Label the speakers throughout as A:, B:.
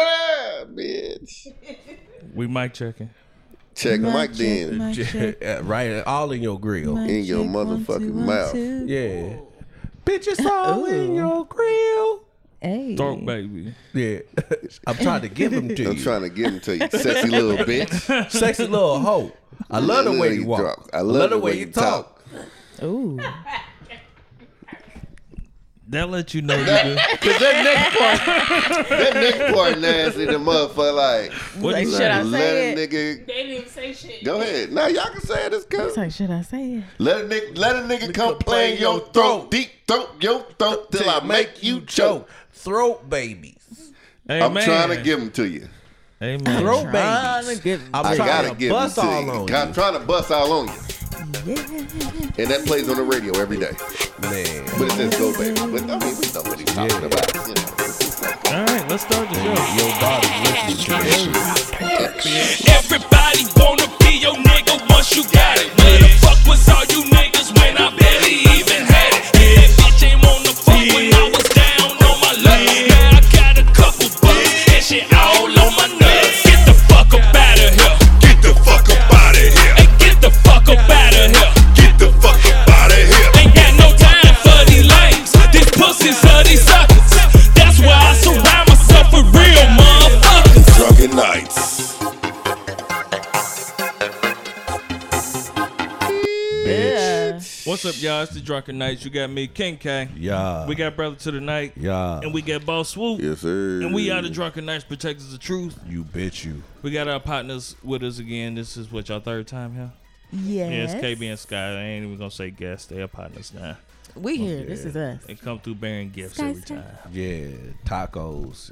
A: Ah, bitch.
B: We mic checking.
A: Check Mike then
C: Mic check.
D: Yeah, right, all in your grill.
C: Mic
A: in your
C: check. One, two,
A: motherfucking
C: one,
A: mouth.
C: two.
D: Yeah, bitch, it's all in
C: Ooh.
D: your grill.
C: Hey.
B: Dark baby.
D: Yeah, I'm trying to give them to you.
A: I'm trying to give them to you, sexy little bitch.
D: Sexy little hoe. I love the way you walk.
A: drop.
D: I love the way you talk.
C: Ooh.
B: That let you know you did.
A: Cause that next part, that next part nasty. The motherfucker like,
B: What
C: Like,
B: you
C: should
B: say?
C: I
A: let
C: say
A: a
C: it?
A: nigga
E: They didn't even say shit.
A: go ahead. Now y'all can say it. It's
C: It's
A: good.
C: like, should I say it?
A: Let a nigga, let a nigga come play in your throat, deep throat, your throat till I make you choke.
D: Throat babies.
B: Hey,
A: I'm
B: man.
A: trying to give them to you.
B: Hey,
D: Throat
B: man.
C: Trying
D: babies.
C: to get-
D: I'm
A: I
D: trying
A: gotta
D: to
A: give them
D: bust
A: to
D: all on
A: you.
D: you.
A: I'm trying to bust all on you,
C: Yeah.
A: and that plays on the radio every day.
D: Man.
A: But it says go, baby. But I mean, we know what he's talking about. You know, it's just like
B: All right, let's start the show.
D: Your daughter's listening to that
F: Everybody wanna be your nigga once you got it. Where the fuck was all you niggas when I barely even had it? Yeah, that bitch ain't wanna fuck when I was down on my luck. Now I got a couple bucks and shit all on my nuts. Get the fuck up out of here. Get the fuck up out of here. And get the fuck up out of here. Get the fuck up out of here. Ain't got no time for these lames. These pussies are these suckers. That's why I surround myself with real motherfuckers.
A: drunken nights.
D: bitch.
B: What's up, y'all? It's the Drunken Nights. You got me, King K.
D: Yeah.
B: We got Brother to the Night.
D: Yeah.
B: And we got Boss Swoop.
A: Yes, sir.
B: And we are the Drunken Nights Protectors of Truth.
D: You bitch you.
B: We got our partners with us again. This is what, y'all third time here? Yeah,
C: Yes.
B: it's KB and Sky. I ain't even gonna say guests. They are partners now.
C: We here. This is us.
B: They come through bearing gifts every time.
D: Yeah. Tacos,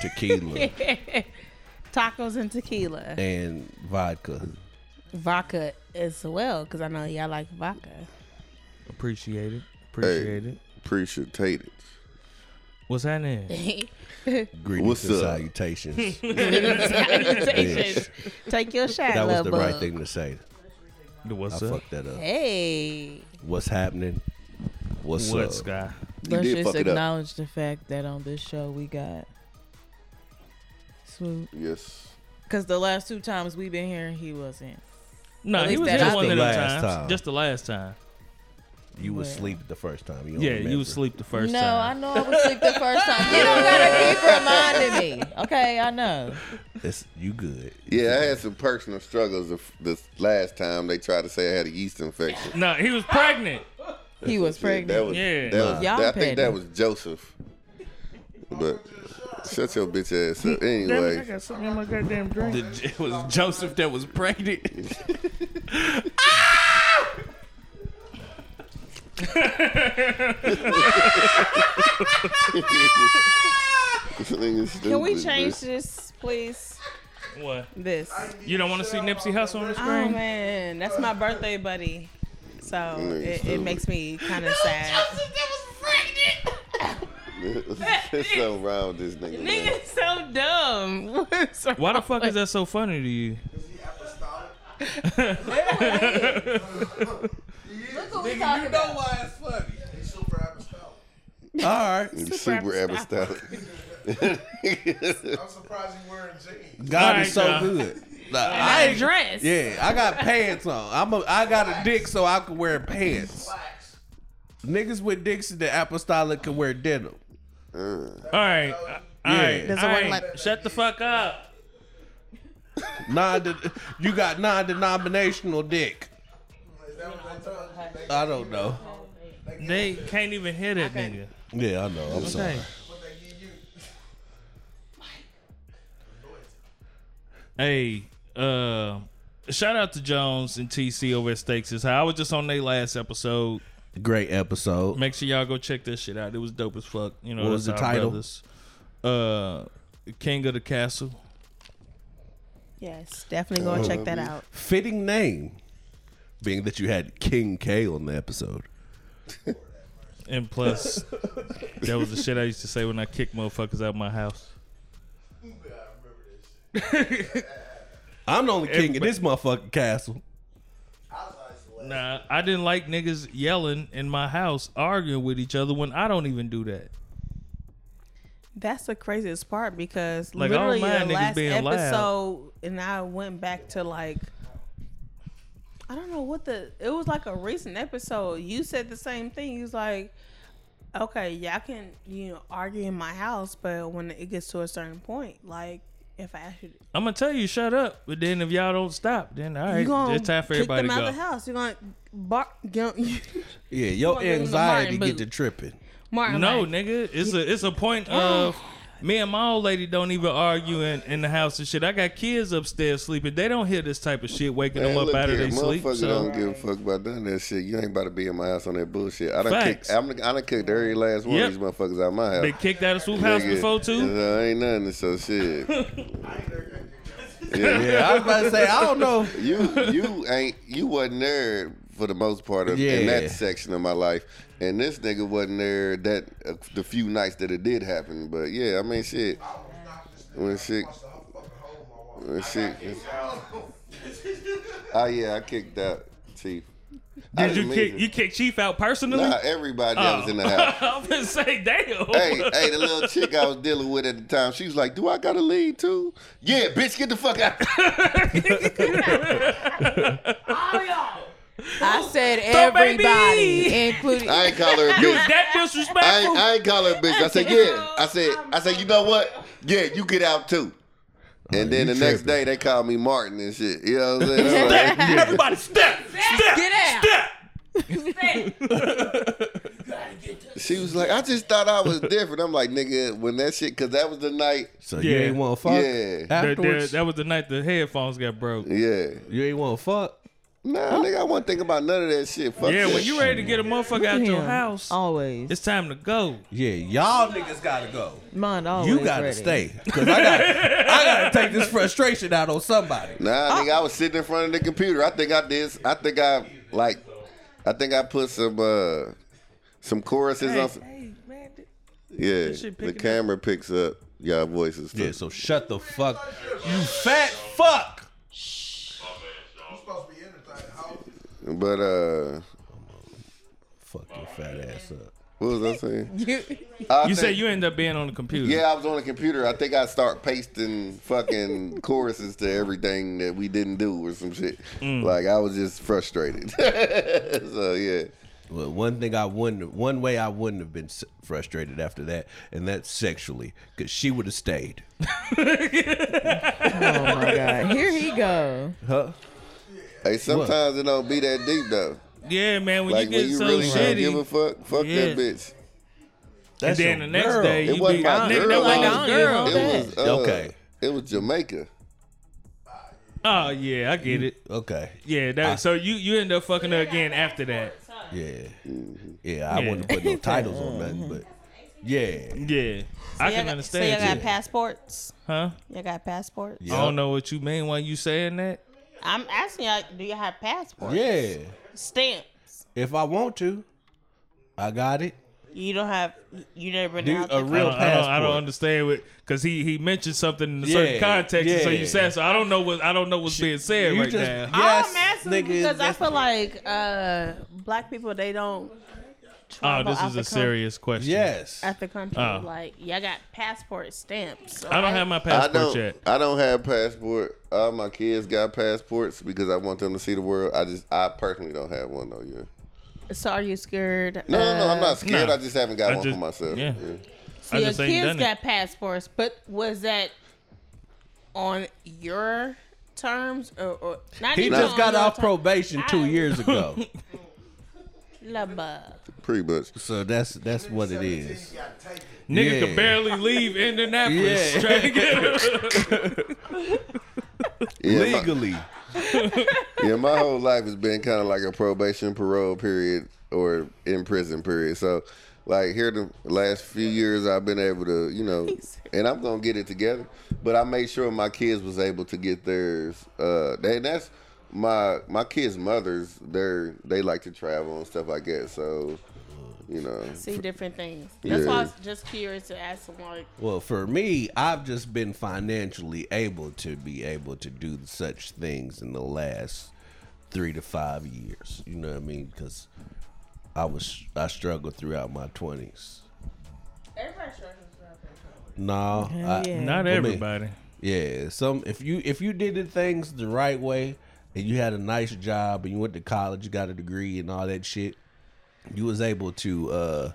D: tequila,
C: Tacos and tequila.
D: and vodka.
C: Vodka as well, because I know y'all like vodka.
B: Appreciate it. Appreciate it.
A: Appreciate it.
B: What's happening?
D: Greetings
A: What's
D: and
A: up?
D: salutations.
C: Salutations. Take your shot,
D: that was
C: love
D: the
C: bug.
D: right thing to say. I
B: What's up?
D: fucked that up.
C: Hey.
D: What's happening? What's
B: what,
D: up?
B: Sky?
A: You
G: Let's
A: did
G: just
A: fuck it up.
G: acknowledge the fact that on this show we got Swoop.
A: Yes.
G: Because the last two times we've been here, he wasn't.
B: No,
G: At
B: he
G: least
B: was
G: that
B: here
G: I
B: one of
D: did.
B: the
D: Just the
B: times.
D: last time.
B: Just the last time.
D: You was
G: Well.
D: asleep the first time. You don't
B: yeah, you
D: remember.
B: was asleep the first
G: no,
B: time.
G: I know I was asleep the first time. You don't gotta keep reminding me. Okay, I know.
D: It's, you good.
A: Yeah, I had some personal struggles the, the last time they tried to say I had a yeast infection.
B: No, he was pregnant.
G: He was
A: That
G: pregnant.
A: was,
B: Yeah.
A: that was,
G: Y'all
A: I think that
G: petty.
A: was Joseph. But shut your bitch ass up. Anyway,
B: something in my goddamn drink.
F: It was Joseph that was pregnant.
A: can
C: Can we change this, please?
B: What?
C: This.
B: You don't want to see Nipsey Hussle on the
C: Oh
B: screen?
C: man, that's my birthday buddy. So
A: Nigga
C: it,
A: stupid.
C: it makes me kind of sad.
A: There's something wrong with this nigga. Man.
C: Nigga's so dumb. What's wrong?
B: Why the fuck is that so funny to you?
D: All right.
A: He's super apostolic.
D: God
B: All right,
D: is so
B: now.
D: good. Like, I ain't,
C: dress?
D: yeah, I got pants on. I'm a, I got a dick so I can wear pants. Niggas with dicks in the apostolic can wear denim.
B: All right. All right.
D: There's
B: all right. Shut the fuck up.
D: Non, you got non-denominational dick. I don't know.
B: They can't even hear that nigga.
D: Yeah, I know. I'm sorry.
B: Okay. Hey, uh, shout out to Jones and TC over at Stakes is High. I was just on their last episode.
D: Great episode.
B: Make sure y'all go check that shit out. It was dope as fuck. You know,
D: What was
B: that's
D: the
B: our
D: title?
B: brothers. Uh, King of the Castle.
C: Yes, definitely go and check that out.
D: Fitting name, being that you had King K on the episode.
B: And plus, that was the shit I used to say when I kicked motherfuckers out of my house.
D: I'm the only king in this motherfucking castle.
B: Nah, I didn't like niggas yelling in my house, arguing with each other when I don't even do that.
C: That's the craziest part because
B: Like, I don't
C: literally the
B: mind niggas
C: last
B: being loud.
C: episode, and I went back to like, I don't know what the. It was like a recent episode. You said the same thing. You was like, okay, yeah, I can you know argue in my house, but when it gets to a certain point, like if I ask you,
B: I'm gonna tell you, shut up. But then if y'all don't stop, then all
C: you
B: right,
C: gonna
B: it's time for
C: kick
B: everybody
C: them
B: to
C: out
B: go.
C: the house. You're gonna bark, you
D: Yeah, your
C: gonna give him the
D: anxiety
C: Martin
D: get
C: boot.
D: to tripping.
C: Martin.
B: No,
C: like,
B: nigga, it's a it's a point of me and my old lady don't even argue in, in the house and shit. I got kids upstairs sleeping. They don't hear this type of shit waking
A: Man,
B: them up
A: look
B: out of
A: here,
B: their sleep.
A: Motherfucker
B: So
A: don't give a fuck about none of that shit. You ain't about to be in my house on that bullshit. I done
B: Facts.
A: kicked, I'm, I done kicked every last one
B: Yep.
A: of these motherfuckers out of my house.
B: they kicked out of swoop house
A: Nigga,
B: before too.
A: uh, ain't nothing, so shit. yeah,
D: Yeah, I was about to say, I don't know.
A: you you ain't you wasn't there for the most part of in
D: Yeah.
A: that section of my life, and this nigga wasn't there that uh, the few nights that it did happen. But yeah, I mean shit. When shit, when shit. Oh yeah, I kicked out Chief. I
B: Did you
A: didn't mean
B: kick
A: to.
B: you Oh. kick Chief out personally?
A: Nah, everybody that was in the house.
B: I'm gonna say, damn.
A: hey, hey, the little chick I was dealing with at the time, she was like, "Do I gotta leave too?" Yeah, bitch, get the fuck out.
G: I said everybody,
B: baby.
G: including.
A: I ain't call her a bitch.
B: that
A: I
B: disrespectful.
A: ain't, I ain't call her a bitch. I said, yeah. I said, I said, you know what? Yeah, you get out too. And then the next day they called me Martin and shit. You know what I'm saying? I'm like,
B: Everybody step, step,
G: Get out.
B: step.
A: she was like, I just thought I was different. I'm like, nigga, when that shit, cause that was the night.
D: So you
B: Yeah.
D: ain't want to fuck
A: Yeah.
B: That, that,
D: afterwards.
B: that was the night the headphones got broke.
A: Yeah.
D: you ain't want to fuck.
A: Nah, nigga, I wasn't thinking about none of that shit. Fuck
B: Yeah,
A: that.
B: when you ready to get a motherfucker out your
G: Him.
B: house,
H: Oh.
G: Always.
B: it's time to go.
D: Yeah, y'all niggas gotta go.
G: Mine always.
D: You gotta
G: ready.
D: stay because I got I gotta take this frustration out on somebody.
A: Nah,
B: Oh.
A: nigga, I was sitting in front of the computer. I think I did. I think I like. I think I put some uh some choruses on. Some, yeah,
B: shit
A: the
B: picking up.
A: camera picks up y'all voices too.
D: Yeah, so shut the fuck, you fat fuck.
A: But uh,
D: Fuck your fat ass up.
A: what was I saying?
G: You-
A: I
B: You
A: think-
B: said you ended up being on the computer.
A: Yeah, I was on the computer. I think I start pasting fucking choruses to everything that we didn't do or some shit.
B: Mm.
A: Like I was just frustrated. so yeah,
D: Well, one thing I wouldn't, one way I wouldn't have been s- frustrated after that, and that's sexually, because she would have stayed.
G: oh my god. Here he go.
A: hey, sometimes it don't be that deep though.
B: Yeah, man. When
A: Like
B: you
A: when
B: get
A: you
B: so
A: really don't
B: shitty,
A: give a fuck, fuck
B: Yeah.
A: that bitch.
D: That's
B: and then the
D: your
B: next
D: girl.
B: day
A: It
B: you
A: wasn't
B: be
A: my
B: out. Nigga, that
A: girl. Like,
B: wasn't his
G: I don't
B: girl.
G: even know.
A: It was uh,
D: Okay.
A: It was Jamaica.
B: Oh yeah, I get it.
D: Okay.
B: Yeah, that.
D: Ah.
B: so you you end up fucking her again after that.
D: Yeah. Yeah,
B: Yeah.
D: I wouldn't put no titles on nothing, but yeah.
B: Yeah, I can
C: So y'all
B: understand.
C: got
B: you.
C: passports?
B: Huh?
C: Y'all got passports?
B: I don't know what you mean when you saying that.
C: I'm asking y'all, do you have passports?
D: Yeah.
C: Stamps.
D: If I want to, I got it.
C: You don't have. You never been
D: Dude,
C: out
D: a
B: I
D: real-
B: don't, I don't, I don't
D: passport.
B: understand what because he he mentioned something in a
D: Yeah,
B: certain context, and so
D: yeah.
B: you said so. I don't know what I don't know what's being said
D: You
B: right
D: just-
B: now.
D: yes,
C: I'm asking
D: nigga,
C: because I
D: that's-
C: feel like uh, black people they don't.
B: Oh,
C: travel
B: this
C: out
B: is
C: the
B: a
C: coun-
B: serious question.
D: Yes.
C: Out the country,
B: Oh.
C: like y'all got passport stamps.
B: I don't have my
A: I
B: passport
A: don't.
B: yet.
A: I don't have passport. All my kids got passports because I want them to see the world. I just, I personally don't have one though. Yeah.
C: So are you scared?
A: No, no, no. I'm
C: of-
A: not scared.
B: Uh, nah.
A: I just haven't got
B: I
A: one
B: just-
A: for myself.
B: yeah.
C: So
B: I
C: your
B: just ain't
C: kids
B: done it.
C: got passports, but was that on your terms or, or not?
D: He
C: even
D: just
C: on
D: got
C: your
D: off
C: ter-
D: probation two years ago.
C: Love, uh,
A: Pretty much.
D: so that's that's what it is.
B: Nigga
D: Yeah.
B: could barely leave Indianapolis.
D: Yeah.
B: Trying to get
A: Yeah, my,
D: Legally.
A: yeah, my whole life has been kind of like a probation, parole period, or in prison period. So, like here the last few years, I've been able to, you know, and I'm gonna get it together. But I made sure my kids was able to get theirs. Uh, they, and that's my my kids' mothers. They're they like to travel and stuff like that. So, you know,
C: see different things. That's why I
A: Yeah.
C: was just curious to ask them like.
D: Well, for me, I've just been financially able to be able to do such things in the last three to five years. You know what I mean? Because I was I struggled throughout my twenties.
C: Everybody struggles with
D: No, I-
C: yeah.
B: Not
D: I mean-
B: everybody.
D: Yeah, some if you if you did the things the right way and you had a nice job and you went to college, you got a degree and all that shit, you was able to uh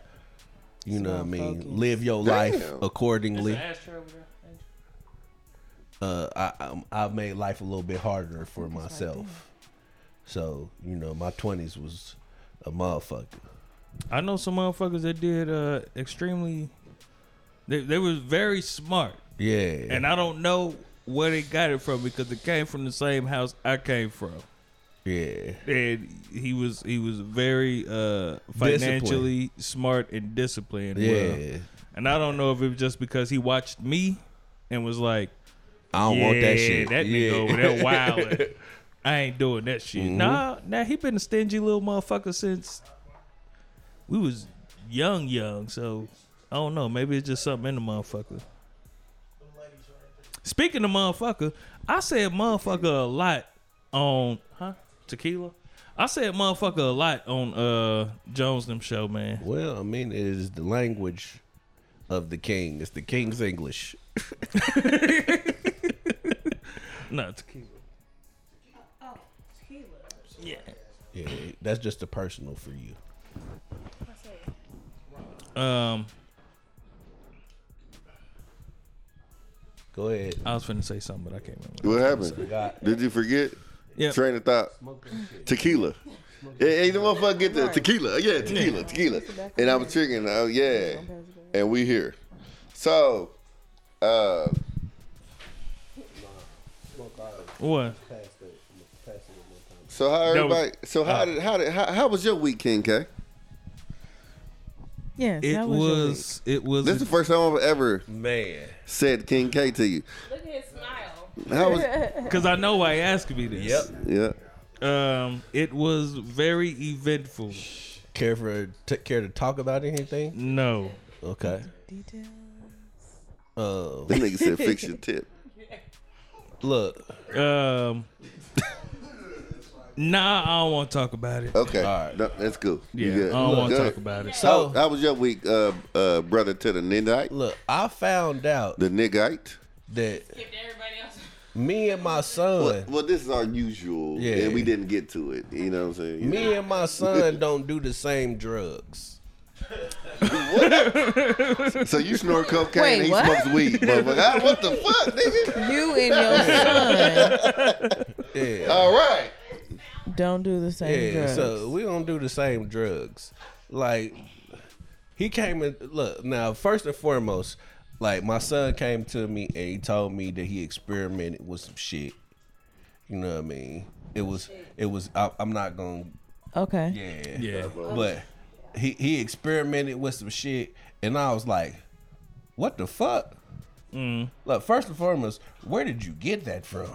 D: you know what I mean, live your life
A: Damn.
D: accordingly. Uh I I'm- I've made life a little bit harder for myself. So, you know, my 20s was a motherfucker.
B: I know some motherfuckers that did uh extremely. They they was very smart,
D: Yeah.
B: and I don't know where they got it from because it came from the same house I came from.
D: yeah.
B: And he was he was very uh financially smart and disciplined.
D: Yeah.
B: well. and I don't know if it was just because he watched me and was like,
D: I don't
B: yeah,
D: want that shit.
B: That nigga
D: yeah. Mm-hmm.
B: over there wilding. I ain't doing that shit. Nah, nah, he been a stingy little motherfucker since we was young, young. So I don't know. Maybe it's just something in the motherfucker. Speaking of motherfucker, I said motherfucker a lot on huh tequila. I said motherfucker a lot on uh Jones them show, man.
D: Well, I mean, it is the language of the king. It's the king's English.
B: No tequila.
D: Yeah, that's just a personal for you.
B: Um,
D: Go ahead.
B: I was finna say something, but I can't remember.
A: What happened?
D: Got
A: Did you forget?
B: Yeah,
A: Train of thought. Tequila. Yeah, hey, the motherfucker get the tequila. Yeah, tequila, tequila. And I was triggering. Oh yeah. And we here. So, uh,
B: what?
A: so how
B: That was-
A: everybody? So
B: uh.
A: how did how did how, how was your week, King K?
C: Yes,
B: It
C: that was. your week.
B: was. It was.
A: This is the first time I've ever
D: man.
A: said King K to you.
C: Look at his smile.
A: How was?
B: Because I know why you asked me this.
D: Yep.
A: Yeah.
B: Um, it was very eventful.
D: Care for t- care to talk about anything?
B: No.
D: Okay.
C: Detail.
D: Uh,
A: That nigga said fix your tip.
D: look.
B: Um, nah, I don't want to talk about it.
A: Okay.
D: All right.
A: No, that's cool. You
B: Yeah, I
A: good.
B: don't want to
A: Good.
B: talk about it.
A: How,
D: So
A: how was your week, uh, uh, brother? To the niggite,
D: look, I found out
A: the niggite.
D: that me and my
A: Well,
D: son,
A: well, this is our usual,
D: Yeah.
A: and we didn't get to it. You know what I'm saying?
D: me and my son don't do the same drugs.
A: So you snort cocaine,
G: Wait,
A: and he
G: what?
A: smokes weed, motherfucker. what the fuck, nigga?
G: You and your son
D: Yeah.
A: All right.
G: don't do the same
D: Yeah,
G: drugs.
D: so we don't do the same drugs. Like he came and look now. First and foremost, like my son came to me and he told me that he experimented with some shit. You know what I mean? It was it was. I, I'm not gonna
G: okay.
D: yeah
B: Yeah.
D: but he he experimented with some shit, and I was like, "What the fuck?"
B: Mm.
D: Look, first and foremost, where did you get that from?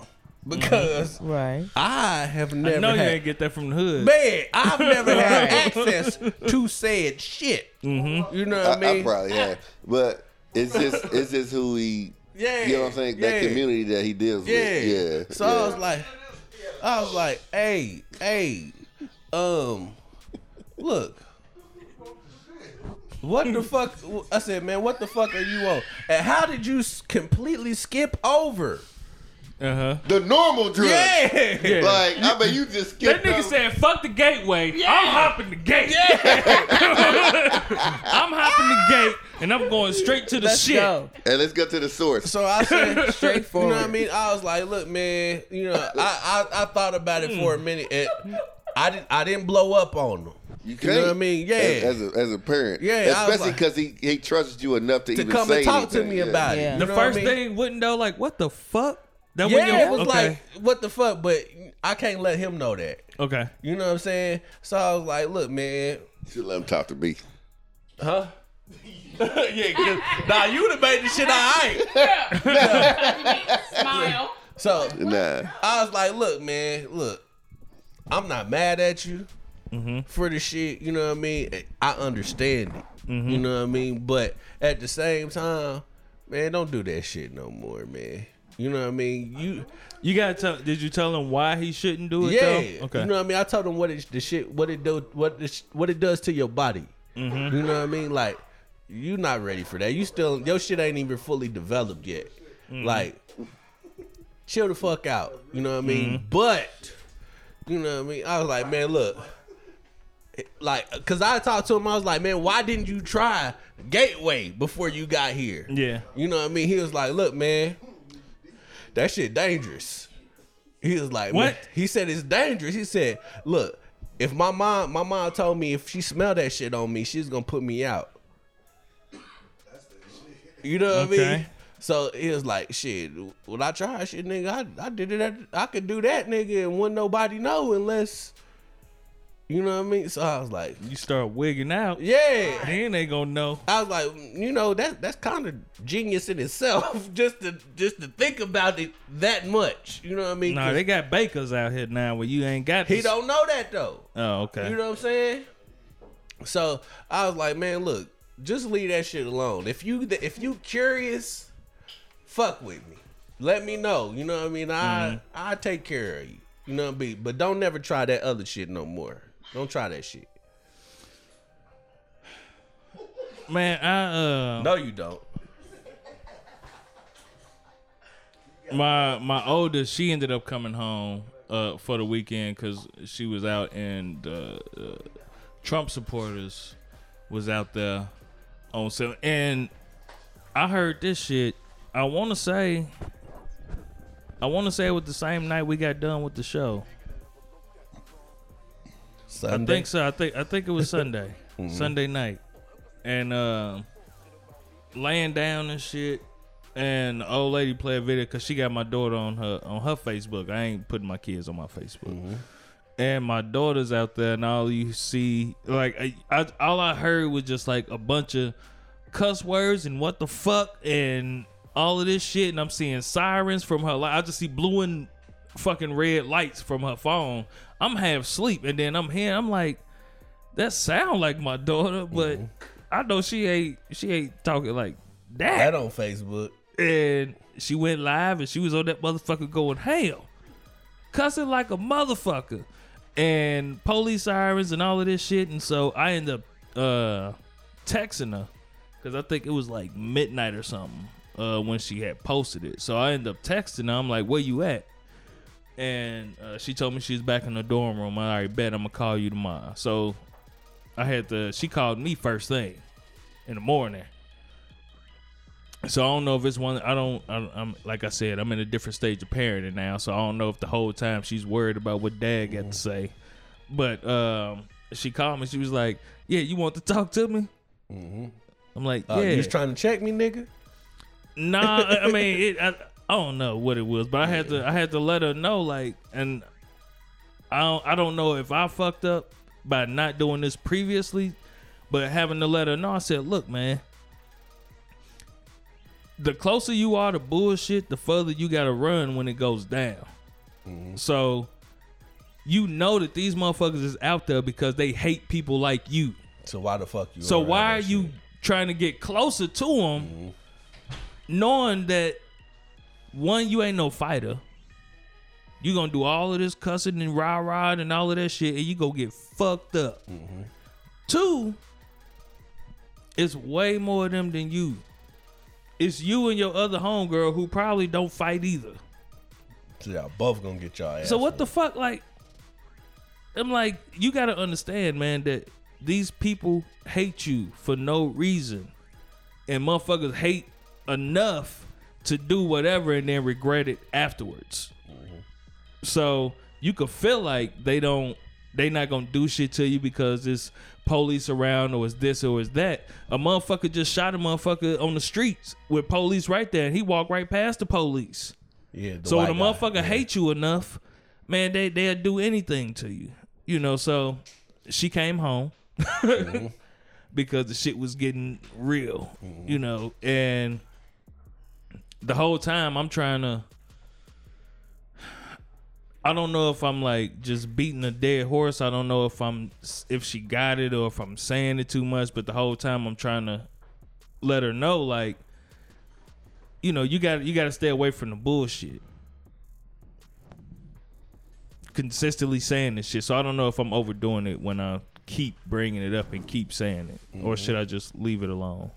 D: Because
G: Right.
D: I have never.
B: Mm-hmm. I know you
D: had-
B: ain't get that from the hood.
D: Man, I've never had access to said shit. You know
A: I,
D: what I,
A: I
D: mean?
A: probably have, but it's just it's just who he.
D: Yeah,
A: You know what I'm saying? That
D: yeah.
A: community that he deals
D: yeah.
A: with. Yeah.
D: So I was like, I was like, hey, hey, um, look. What the fuck? I said, man, what the fuck are you on? And how did you s- completely skip over?
B: Uh huh.
A: the normal drug.
D: Yeah.
B: Yeah.
A: Like I mean, you just
B: that
A: skipped.
B: nigga
A: over-
B: said, "Fuck the gateway. I'm hopping the gate. I'm hopping the gate, and I'm going straight to the
G: Let's
B: shit."
G: go.
A: Hey, let's get to the source.
D: So I said,
G: Straightforward.
D: You know what I mean? I was like, look, man, you know, I I, I thought about it for a
A: Hmm.
D: minute. And I didn't I didn't blow up on them.
A: You,
D: You know
A: can't.
D: what I mean? Yeah.
A: As, as a, as a parent.
D: Yeah, I was
A: Especially
D: like-
A: because he, he trusts you enough to,
D: to
A: even
D: come
A: say
D: and talk to
A: anything.
D: me
A: Yeah.
D: about
G: Yeah.
D: it.
B: The
D: You know what I
B: first
D: mean?
B: thing wouldn't though, like, what the fuck? That
D: yeah,
B: when your-
D: it was
B: okay.
D: like, what the fuck? But I can't let him know that.
B: okay.
D: You know what I'm saying? So I was like, look, man.
A: She let him talk to me.
D: Huh? yeah, 'cause- nah, you would have made the shit all right.
C: Smile.
D: So
A: Nah.
D: I was like, look, man, look, I'm not mad at you for the shit. You know what I mean? I understand it. You know what I mean? But at the same time, man, don't do that shit no more, man. You know what I mean? You,
B: You gotta tell. Did you tell him why he shouldn't do it?
D: yeah.
B: Though? Okay.
D: You know what I mean? I told
B: Mm-hmm.
D: him what it, the shit, what it do, what the, sh- what it does to your body. You know what I mean? Like, you not ready for that. You still your shit ain't even fully developed yet.
B: Mm.
D: Like, chill the fuck out. You know what I
B: Mm.
D: mean? But you know what I mean? I was like, man, look. Like, cause I talked to him, I was like, man, why didn't you try Gateway before you got here?
B: Yeah.
D: You know what I mean? He was like, look, man, that shit dangerous. He was like,
B: What?
D: "Man," He said it's dangerous. He said, look, if my mom, my mom told me if she smelled that shit on me, she's gonna put me out. You know what I mean?
B: Okay.
D: So he was like, shit, when I tried shit, nigga, I, I did it. At, I could do that, nigga, and wouldn't nobody know unless, you know what I mean? So I was like,
B: You start wigging out.
D: yeah.
B: Then they gonna know.
D: I was like, mm, you know, that that's kind of genius in itself, just to just to think about it that much. You know what I mean?
B: Nah,
D: 'Cause
B: they got bakers out here now where you ain't got.
D: he
B: this-
D: don't know that though.
B: Oh, okay.
D: You know what I'm saying? So I was like, man, look, just leave that shit alone. If you if you curious, fuck with me. Let me know. You know what I mean?
B: Mm-hmm.
D: I I take care of you. You know what I mean? But don't never try that other shit no more. Don't try that shit.
B: Man, I uh,
D: No, you don't.
B: my my oldest, she ended up coming home uh for the weekend because she was out and the uh, Trump supporters was out there on seven. And I heard this shit. I want to say, I want to say it was the same night we got done with the show. I
D: Sunday.
B: think so. I think I think it was Sunday, Sunday night, and uh, laying down and shit. And the old lady played video because she got my daughter on her on her Facebook. I ain't putting my kids on my Facebook. And my daughter's out there, and all you see, like, I, I, all I heard was just like a bunch of cuss words and what the fuck and all of this shit. And I'm seeing sirens from her. li- I just see blue and fucking red lights from her phone. I'm half asleep, and then I'm here. I'm like, that sound like my daughter, but I know she ain't. She ain't talking like that.
D: That on Facebook.
B: And she went live, and she was on that motherfucker going hell, cussing like a motherfucker, and police sirens and all of this shit. And so I end up uh texting her because I think it was like midnight or something uh, when she had posted it. So I end up texting her. I'm like, "Where you at?" And uh, she told me she's back in the dorm room. I already bet I'm gonna call you tomorrow. So I had to. She called me first thing in the morning. So I don't know if it's one. I don't. I, I'm like I said. I'm in a different stage of parenting now. So I don't know if the whole time she's worried about what dad got to say. But um, she called me. She was like, "Yeah, you want to talk to me?" I'm like, "Yeah."
D: Mm-hmm. Uh, You was trying to check me, nigga?
B: Nah, I- I mean, it, I, I don't know what it was, but I had to I had to let her know, like, and I don't, I don't know if I fucked up by not doing this previously, but having to let her know, I said, look, man, the closer you are to bullshit, the further you got to run when it goes down. So you know that these motherfuckers is out there because they hate people like you.
D: So why the fuck you?
B: So
D: around
B: why are
D: that shit? Mm-hmm.
B: you trying to get closer to him, knowing that one you ain't no fighter. You gonna do all of this cussing and rah rah and all of that shit, and you go get fucked up.
D: Mm-hmm.
B: Two, it's way more of them than you. It's you and your other homegirl who probably don't fight either.
D: So y'all both gonna get y'all ass.
B: So what the fuck? Like, I'm like, you gotta understand, man, that these people hate you for no reason, and motherfuckers hate enough to do whatever and then regret it afterwards. So you could feel like they don't, they not gonna do shit to you because it's police around or it's this or it's that. A motherfucker just shot a motherfucker on the streets with police right there, and he walked right past the police.
D: Yeah.
B: So when a
D: white guy.
B: motherfucker hate you enough, man, they they'll do anything to you. You know, so she came home
D: Mm-hmm.
B: because the shit was getting real.
D: Mm-hmm.
B: You know, and the whole time I'm trying to I don't know if I'm like just beating a dead horse. I don't know if I'm if she got it or if I'm saying it too much, but the whole time I'm trying to let her know like you know, you got you got to stay away from the bullshit. Consistently saying this shit, so I don't know if I'm overdoing it when I keep bringing it up and keep saying it, or should I just leave it alone?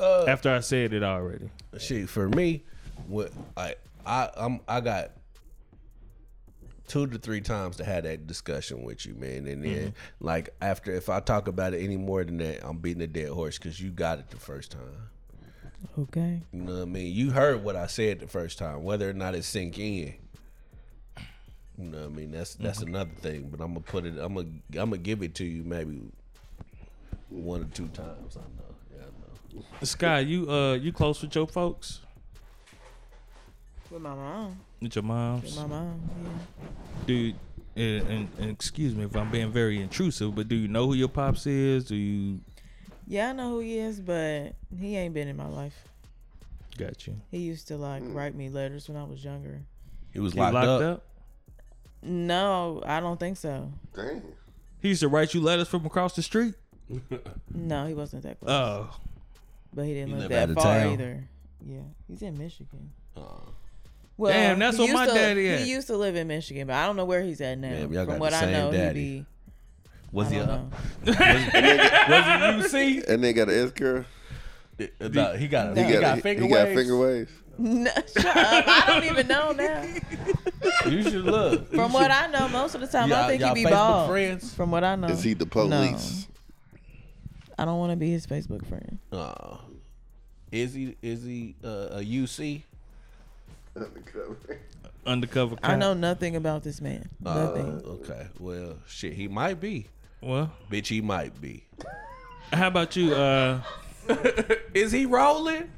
G: Uh,
B: After I said it already,
D: Shit, for me, what I I I'm I got two to three times to have that discussion with you, man. And then
G: Mm-hmm.
D: like after if I talk about it any more than that, I'm beating a dead horse because you got it the first time.
G: Okay.
D: You know what I mean? You heard what I said the first time, whether or not it sink in. You know what I mean? That's that's
G: Mm-hmm.
D: another thing. But I'm gonna put it I'm gonna I'm gonna give it to you maybe one or two times. I know. Yeah, I know.
B: Sky, you uh, you close with your folks,
G: With my mom.
B: with your moms,
G: With my mom. Yeah.
B: dude. And, and, and excuse me if I'm being very intrusive, but do you know who your pops is? Do you
G: Yeah, I know who he is, but he ain't been in my life.
B: got you?
G: He used to like
D: Mm.
G: write me letters when I was younger.
D: He was
B: He
D: locked, up.
G: No, I don't think so.
A: Damn.
B: He used to write you letters from across the street.
G: No, he wasn't that close.
B: Oh,
G: but he didn't
D: he
G: live that
D: live out of
G: far
D: town.
G: either. Yeah, he's in Michigan.
D: Uh,
G: Well,
B: Damn, that's
G: he
B: where my
G: used to-
B: daddy at.
G: He used to live in Michigan, but I don't know where he's at now.
D: Damn, y'all
G: From
D: got
G: what
D: the
G: I
D: same
G: know,
D: daddy.
G: he be.
D: was
G: I
D: he
G: don't
D: up?
G: know.
D: You see?
A: And they got an S curl.
D: No, he got
A: He
D: he
A: got,
D: got
A: he,
D: finger
A: he got
D: waves.
A: finger waves.
G: No, shut up. I don't even know now.
D: You should look.
G: From what I know, most of the time I
D: Y'all-
G: think he
D: y'all
G: be
D: Facebook
G: bald.
D: friends?
G: From what I know,
A: Is he the police?
G: I don't want to be his Facebook friend.
D: Uh, is he is he uh, a UC?
B: undercover.
G: I
B: Cop.
G: know nothing about this man.
D: Uh,
G: Nothing.
D: okay. Well, shit, he might be.
B: Well,
D: Bitch, he might be.
B: how about you? Uh,
D: Is he rolling?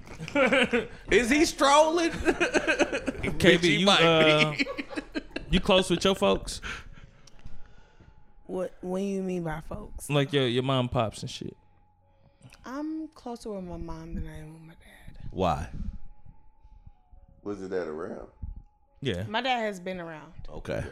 D: is he strolling?
B: KB,
D: he
B: you
D: might
B: uh, you close with your folks,
C: What what do you mean by folks?
B: like your your mom, pops, and shit.
C: I'm closer with my mom than I am with my dad.
D: Why?
A: Was it that around?
B: Yeah,
C: My dad has been around.
D: Okay.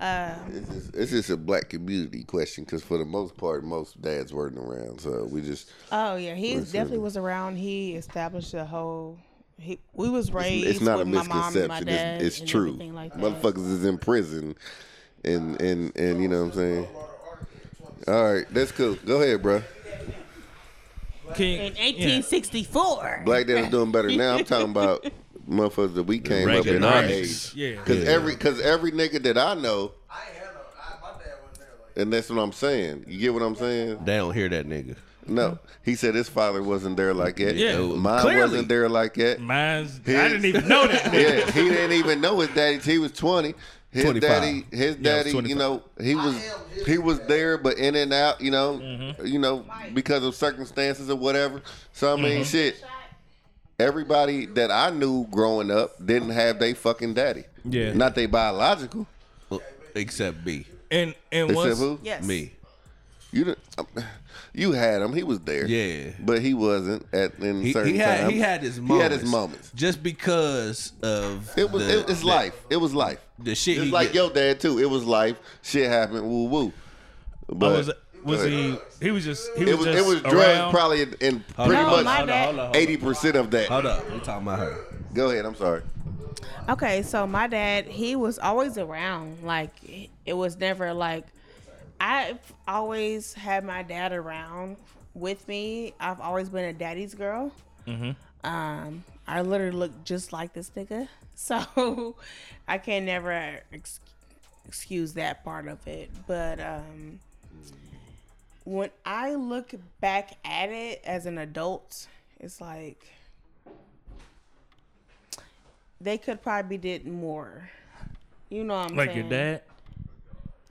C: Uh,
A: It's just, it's just a black community question because for the most part, most dads weren't around. So we just
C: oh yeah, he
A: Listen.
C: definitely was around. He established a whole. He, we was raised.
A: it's not a
C: with my mom and my
A: misconception.
C: dad
A: It's,
C: and
A: it's true.
C: everything Like that.
A: Motherfuckers is in prison, and and and you know what I'm saying. All right, that's cool. Go ahead, bro.
B: King,
C: In 1864.
A: Black dads are doing better now. I'm talking about motherfuckers that we came up in our age.
D: Economics.
B: yeah.
A: Cause every cause every nigga that I know,
E: I ain't had no. I, my dad wasn't there like
A: and that's what I'm saying. You get what I'm saying?
D: They don't hear that nigga.
A: No, he said his father wasn't there like that.
B: Yeah.
A: mine
D: Clearly.
A: wasn't there like that.
B: Mine's. I
A: His-
B: didn't even know that.
A: yeah, he didn't even know his daddy. till He was twenty. His
D: 25.
A: daddy, his
B: Yeah,
A: daddy, you
B: 25.
A: know, he was he was there, but in and out, you know,
D: Mm-hmm.
A: you know, because of circumstances or whatever. So I mean,
D: Mm-hmm.
A: shit. Everybody that I knew growing up didn't have they fucking daddy.
B: Yeah.
A: not they biological.
D: Well, Uh, Except B.
B: And and
A: Except
B: once
A: who?
C: Yes.
D: Me.
A: You didn't, um, you had him. He was there.
D: Yeah.
A: but he wasn't at in
D: He,
A: certain
D: he had
A: times.
D: he had his
A: He
D: moments.
A: had his moments.
D: Just because of
A: It was
D: the,
A: it, it's
D: the-
A: life. It was life.
D: The shit
A: Just
D: he
A: like
D: get-
A: your dad too. It was life. Shit happened. Woo woo.
B: I
A: But
B: was was
A: but
B: he he was just he
A: It
B: was,
A: was
B: just
A: it was drugs
B: around.
A: probably in, in
D: Hold
A: pretty
D: on,
C: No,
A: much
C: my dad-
D: hold on, hold on,
A: eighty percent of that.
D: Hold up, we talking about her.
A: Go ahead. I'm sorry.
C: Okay, so my dad, he was always around. Like it was never like I've always had my dad around with me. I've always been a daddy's girl.
B: Mm-hmm.
C: Um, I literally look just like this nigga, so I can never ex- excuse that part of it. But um, when I look back at it as an adult, it's like they could probably did more. You know what I'm
B: like
C: saying?
B: your dad.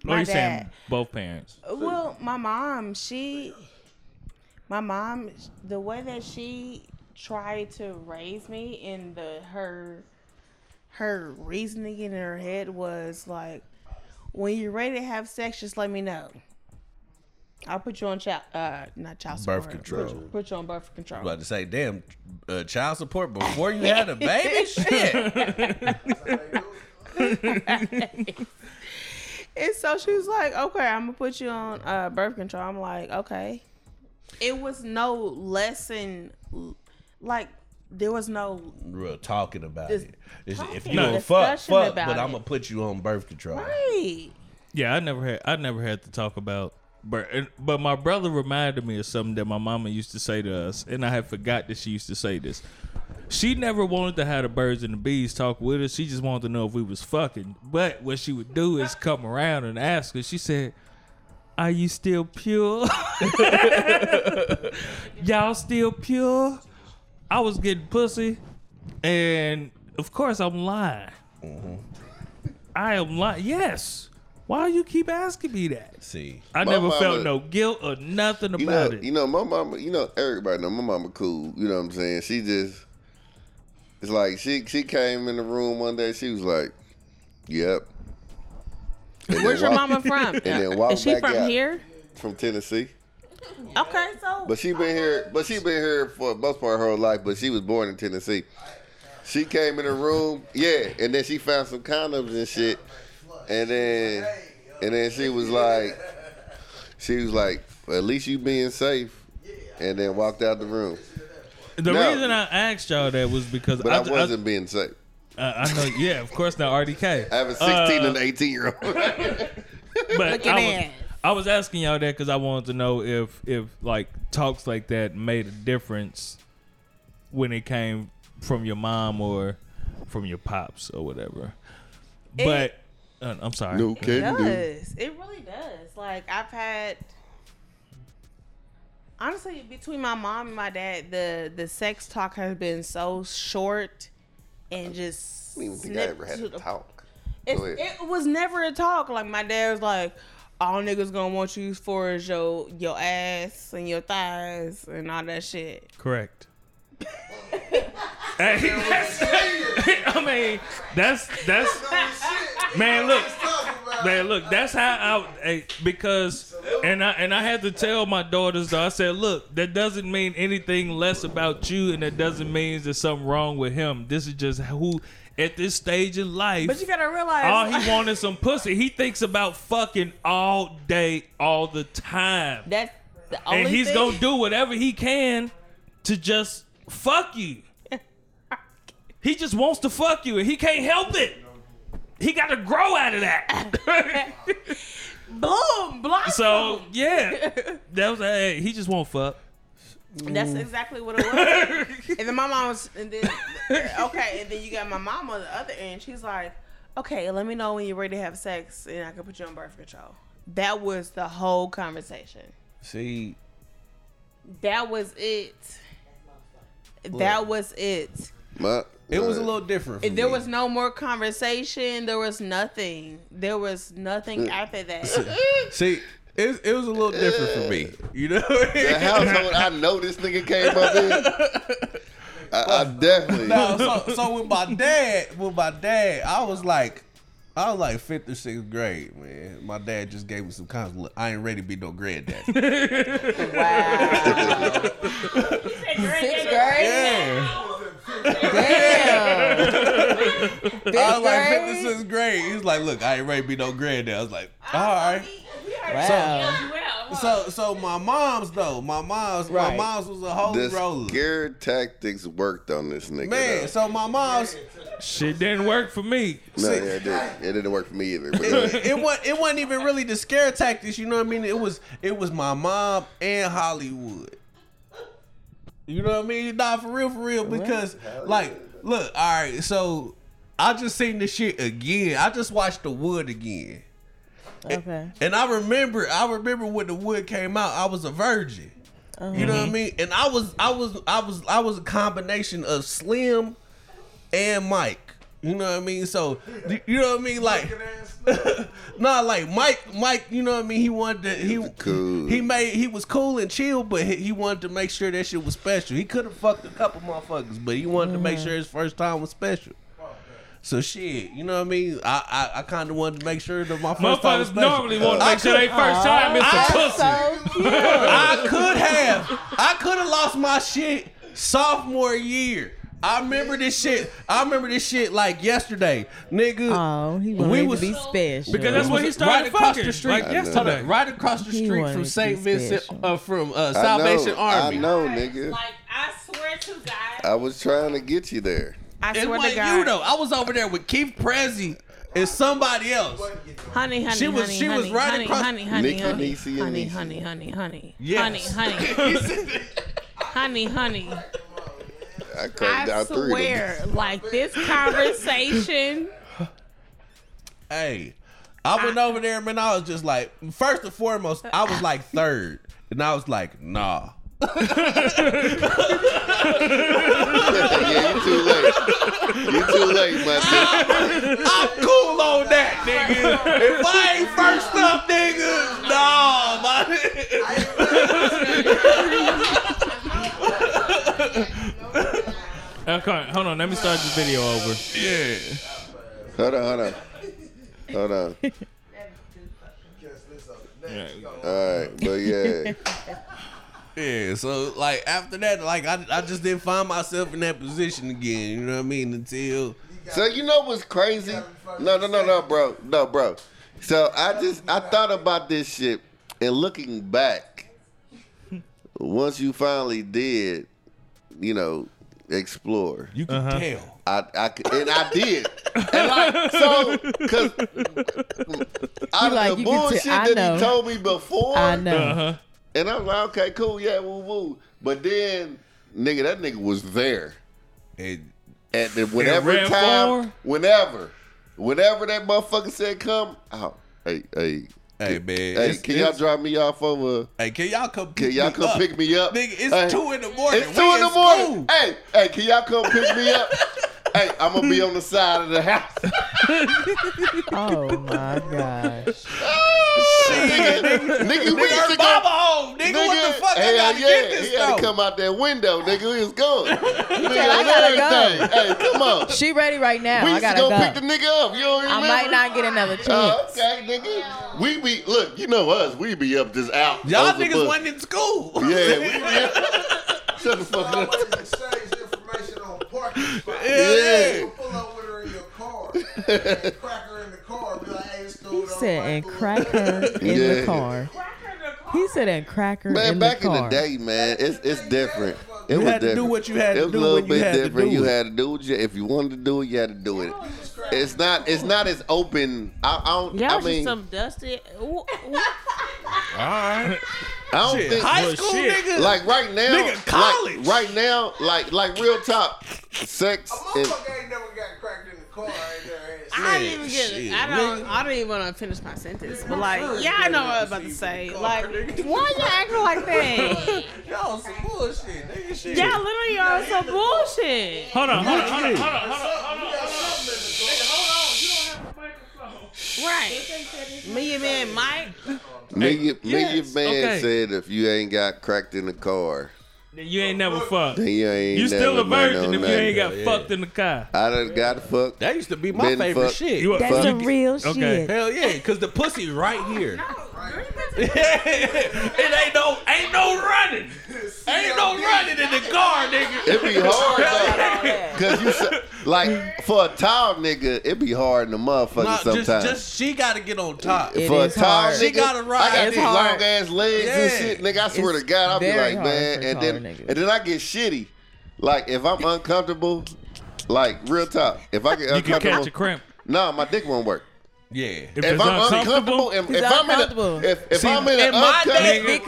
C: My
B: or you saying
C: dad.
B: both parents?
C: Well, my mom, she, my mom, the way that she tried to raise me and the her, her reasoning in her head was like, when you're ready to have sex, just let me know. I'll put you on child, uh, not child support.
D: Birth
C: Put-
D: control.
C: Put, you on birth control.
D: I'm about to say, damn, uh, child support before you had a baby? Shit.
C: And so she was like, okay, I'm gonna put you on uh, birth control. I'm like, okay. It was no lesson, like there was no
D: Real talking about
C: Just
D: it. It's- if
C: talking,
D: you don't fuck,
C: discussion
D: fuck,
C: about
D: but I'm
C: it.
D: going to put you on birth control.
C: right.
B: Yeah, I never had I never had to talk about But, and- but my brother reminded me of something that my mama used to say to us, and I had forgot that she used to say this. She never wanted to have the birds and the bees talk with us. She just wanted to know if we was fucking. But what she would do is come around and ask us. She said, "Are you still pure? Y'all still pure?" I was getting pussy, and of course I'm lying. I am lying. Yes. Why you keep asking me that?
D: See,
B: I
A: My
B: never
A: mama-
B: felt no guilt or nothing
A: You
B: about
A: know,
B: it.
A: you know, my mama. You know, everybody know my mama cool. You know what I'm saying? She just, it's like she she came in the room one day. She was like, "Yep." And then
C: Where's your
A: walked-
C: mama from?
A: then walk
C: Is she
A: back
C: from
A: out.
C: here?
A: From Tennessee,
C: Okay, so
A: but she been here. But she been here for the most part of her life. But she was born in Tennessee. She came in the room, yeah, and then she found some condoms and shit, and then and then she was like, she was like, "At least you being safe," and then walked out the room.
B: the
A: no.
B: reason I asked y'all that was because
A: But
B: I,
A: I wasn't being safe.
B: I, I, I know, yeah, of course not RDK.
A: I have a 16 and
D: Uh,
A: 18 year old.
B: but
G: Look at
B: I was,
G: that.
B: I was asking y'all that because I wanted to know if if like talks like that made a difference when it came from your mom or from your pops or whatever. But uh, I'm sorry.
A: can
C: does. It really does. Like I've had honestly between my mom and my dad, the the sex talk has been so short and just.
A: I don't even think I
C: snipped
A: ever had
C: to
A: a
C: the-
A: talk.
C: It's-
A: Go ahead.
C: It was never a talk. Like my dad was like, all niggas gonna want you for is your your ass and your thighs and all that shit.
B: Correct. hey, that's, I mean, that's that's man. Look, man, look. That's how I hey, because and I and I had to tell my daughters. Though, I said, look, that doesn't mean anything less about you, and that doesn't mean there's something wrong with him. This is just who at this stage in life.
C: But you gotta realize
B: all he wanted some pussy. He thinks about fucking all day, all the time
C: that's the only
B: and he's
C: thing.
B: gonna do whatever he can to just fuck you. he just wants to fuck you, and he can't help it. He got to grow out of that.
C: boom blossom.
B: so yeah, that was hey, he just won't fuck.
C: That's exactly what it was. and then my mom was, and then okay, and then you got my mom on the other end. She's like, "Okay, let me know when you're ready to have sex, and I can put you on birth control." That was the whole conversation.
D: see,
C: That was it. That was it.
A: My,
D: it was a little different. for
C: There
D: me.
C: was no more conversation. There was nothing. There was nothing after that.
D: see, it, it was a little different for me. You know, what I mean?
A: The household I know this nigga came up in. I, I definitely.
D: No, so, so with my dad, with my dad, I was like, I was like fifth or sixth grade, man. My dad just gave me some comments. Look, I ain't ready to be no granddad.
G: Sixth grade?
D: yeah,
G: Damn.
D: I was like
G: grade?
D: fifth or sixth grade. He's like, look, I ain't ready to be no granddad. I was like, all right.
G: Wow.
D: So, so my mom's though, my mom's, my
G: Right.
D: mom's was a holy
A: the
D: roller.
A: scare tactics worked on this nigga.
D: Man,
A: though.
D: so my mom's
B: Shit didn't work for me.
A: no, yeah, it, didn't, it didn't work for me either. But anyway,
D: it, it wasn't it wasn't even really the scare tactics, you know what I mean? It was it was my mom and Hollywood. You know what I mean? Nah, for real, for real. Because like, look, all right, so I just seen this shit again. I just watched The Wood again.
G: Okay.
D: And I remember, I remember when the wood came out, I was a virgin. You know what I mean? And I was, I was, I was, I was a combination of Slim and Mike. You know what I mean? So you- you know what I mean? Like, nah, like Mike, Mike. You know what I mean? He wanted to, he
A: cool.
D: he made he was cool and chill, but he, he wanted to make sure that shit was special. He could have fucked a couple motherfuckers, but he wanted to make sure his first time was special. So shit, you know what I mean? I I, I kind of wanted to make sure that my first time was
B: Motherfuckers
D: special.
B: normally want to make sure they first time is a
G: That's
B: pussy.
G: so cute.
D: I could have. I could have lost my shit sophomore year. I remember this shit. I remember this shit like yesterday, nigga.
G: Oh, he wanted
D: We
G: it
D: was-
G: to be special.
B: Because that's when he started
D: right across
B: fucking,
D: the street.
B: like yesterday.
D: right across the
G: Oh, He
D: street
G: wanted
D: from
G: to
D: St.
G: be
D: Vincent,
G: special.
D: uh, from uh,
A: I know,
D: Salvation Army.
A: I know, nigga.
C: Like I swear to God,
A: I was trying to get you there.
C: I
D: It
C: swear to
D: wasn't
C: God.
D: you though. I was over there with Keith Prezi. It's somebody else.
C: Honey, honey,
D: She was-
C: honey,
D: she was
C: honey,
D: right
C: honey,
D: across-
C: honey, honey,
A: Nicki,
C: honey,
A: Niecy, and
C: honey,
A: Niecy.
C: honey, honey, honey,
D: Yes.
C: honey, honey, honey, honey.
A: I cracked
C: I
A: out three. of them.
C: swear, like this conversation.
D: Hey, I went over there, man. I was just like, first and foremost, I was like third, and I was like, nah.
A: yeah, you too late. You too late, my dude.
D: I'm cool on that, nigga. If I ain't first up, nigga, nah, my nigga.
B: Okay, hold on. Let me start this video over.
D: Yeah.
A: Hold on, hold on. Hold on. All right, but yeah,
D: Yeah, so like after that, like I, I just didn't find myself in that position again. You know what I mean? Until
A: So you know what's crazy? No, no, no, no, bro, no, bro. So I just I thought about this shit, and looking back, once you finally did, you know, explore.
D: you can tell.
A: I, I c- and I did. And like so, cause out
G: like,
A: of the
G: you can tell-
A: bullshit
G: I
A: that
G: know.
A: he told me before,
G: I know.
B: Uh-huh.
A: and I'm like, okay, cool, yeah, woo woo. But then, nigga, that nigga was there
D: And
A: at the whenever
B: ran
A: time,
B: forward?
A: whenever, whenever that motherfucker said come out. Hey, hey,
D: hey, man,
A: hey,
D: it's-
A: can y'all
D: it's-
A: drop me off over?
D: Hey, can y'all come?
A: Can
D: pick
A: y'all
D: me
A: come
D: up?
A: pick me up?
D: Nigga, it's
A: Hey,
D: two in the morning.
A: It's two in the morning. Hey, hey, can y'all come pick me up? hey, I'm gonna be on the side of the house.
G: Oh my gosh.
A: nigga, we used
D: Nigga,
A: to go.
D: her mama home. Nigga, what the fuck? I
A: hell
D: gotta
A: yeah,
D: get this
A: he had to
D: though.
A: come out that window, nigga. He was gone. nigga,
G: "I gotta
A: everything. Hey, come on.
G: She ready right now.
A: we
G: I
A: used to
G: gotta
A: go,
G: go.
A: pick the nigga up. You don't remember?
G: I might not get another chance.
A: Oh, okay, nigga. We be look. You know us. We be up just out.
D: Y'all
A: over
D: niggas
A: bus.
D: wasn't in school.
A: Yeah, we be up. Shut the fuck up.
E: Exchange information on parking spots.
A: Yeah.
E: You pull up with her in your car. and Crack her in the car. Be like, hey, it's cool.
G: He said, and
E: crack.
G: cracker in
A: Yeah.
G: the car. He said, and cracker
A: Man,
G: in
A: back
G: the
A: in
G: car.
A: the day, man, it's it's different. It
D: You
A: was
D: had to do
A: different.
D: what you had to
A: it was
D: do
A: a little
D: when you
A: bit
D: had to
A: different.
D: do
A: you
D: it.
A: had to do it. If you wanted to do it, you had to do it. It's not. It's not as open. I, I don't.
C: Y'all
A: I mean,
C: just some dusty. wh- wh-
A: I don't
D: Shit,
A: think
D: High
B: Well,
D: school
B: shit.
D: nigga.
A: like right now.
D: Nigga,
A: like,
D: college.
A: right now, like like real top sex. And,
E: Motherfucker ain't never got cracked in the car. Ain't there?
C: I didn't even get
D: shit,
C: it. I don't. I don't even want to finish my sentence. But like, yeah, I know what I'm about to say. Like, why you acting like that?
E: Y'all some bullshit, nigga. Shit.
C: Y'all literally are some bullshit.
B: Hold on, hold on, hold on, hold on, hold on.
C: Right. Me and man Mike.
A: me, your- me, your
B: yes,
A: man
B: okay.
A: said if you ain't got cracked in the car,
B: Then You ain't never fucked.
A: then you ain't.
B: You still
A: never
B: a virgin
A: been
B: if
A: on
B: you ain't
A: nothing.
B: got fucked in the car.
A: I done got fucked.
D: That used to be my
A: Been
D: favorite
A: fucked.
D: shit.
B: You a-
G: That's
B: you-
G: some real
B: Okay.
G: shit.
D: Hell yeah, cause the pussy right here. it ain't no ain't no running. Ain't no running in the car, nigga.
A: It be hard. though. Cause you so- like for a tall nigga, it be hard in the motherfucker
D: Nah,
A: sometimes.
D: just just she gotta get on top.
G: It
A: for a
G: is
A: tall
G: hard.
A: nigga,
D: She gotta ride.
A: I got
G: It's
A: these
G: hard.
A: long ass legs and
D: Yeah.
A: shit, nigga. I swear
G: It's
A: to God, I'll be
G: very
A: like,
G: hard
A: man,
G: for
A: and then
G: taller niggas.
A: and then I get shitty. Like if I'm uncomfortable, like real talk. If I get
B: You can
A: uncomfortable,
B: catch a cramp.
A: nah, my dick won't work.
D: Yeah.
A: If
B: it's
A: I'm uncomfortable,
B: uncomfortable,
A: if,
G: He's
A: if I'm in
G: uncomfortable.
A: a, if, if
D: See,
A: I'm in an
D: in my day,
A: uncomfortable,
D: nigga-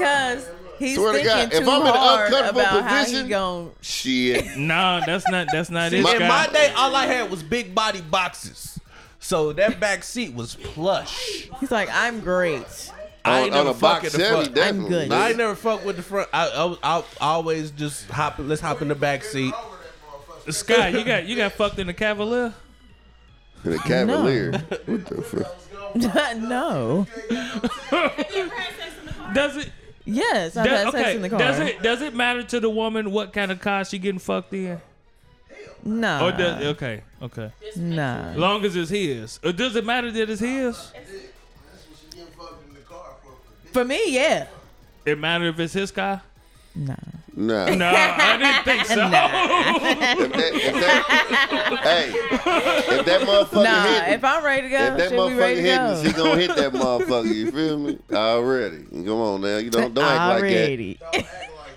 G: Because he's
A: Swear to
G: thinking
A: God,
G: too
A: if I'm in an
G: hard
A: uncomfortable
G: about how
A: position-
G: he going
A: shit.
B: Nah, that's not that's not it.
D: In my
B: Scott.
D: day, all I had was big body boxes. So that back seat was plush.
G: He's like, I'm great.
D: I
A: on,
D: ain't
A: on
D: never
A: a box
D: fucking the
A: Chevy,
D: front.
A: definitely.
G: good.
A: nigga.
D: I ain't never fuck with the front. I, I, was- I, I always just hop. Let's hop in the back seat.
B: Sky, you got you got fucked in the Cavalier.
A: The Cavalier. What the fuck?
G: no.
B: Does it?
G: Yes, I've
B: Does,
G: had sex
B: okay.
G: Oh, in the car.
B: Does it? Does it matter to the woman what kind of car she getting fucked in?
G: No.
B: Or does okay, okay.
G: Nah.
B: Long as it's his. Or does it matter that it's his?
G: For me, yeah.
B: It matter if it's his car.
G: Nah.
A: Nah.
B: No, I didn't think so.
A: If that, if that, hey, if that motherfucker
G: Nah.
A: hit me,
G: If I'm ready to go,
A: If that
G: should be
A: motherfucker
G: ready
A: hit
G: to
A: me, she
G: go.
A: gonna hit that motherfucker. You feel me? Already. Come on now. You don't don't act like
G: Already.
A: that.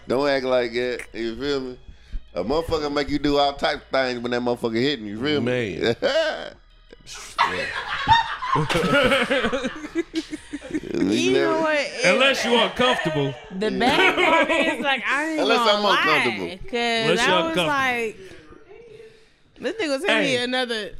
A: Don't act like that. You feel me? A motherfucker make you do all type of things when that motherfucker hitting you. Feel me?
D: Man.
A: You
C: You know
A: never-
C: what? It-
B: Unless you uncomfortable.
G: The bad
C: part is like I ain't
A: Unless
C: gonna
A: I'm uncomfortable.
C: lie, cause
B: Unless you're
C: I was
B: uncomfortable.
C: like, this nigga was hitting
B: Hey.
C: me another.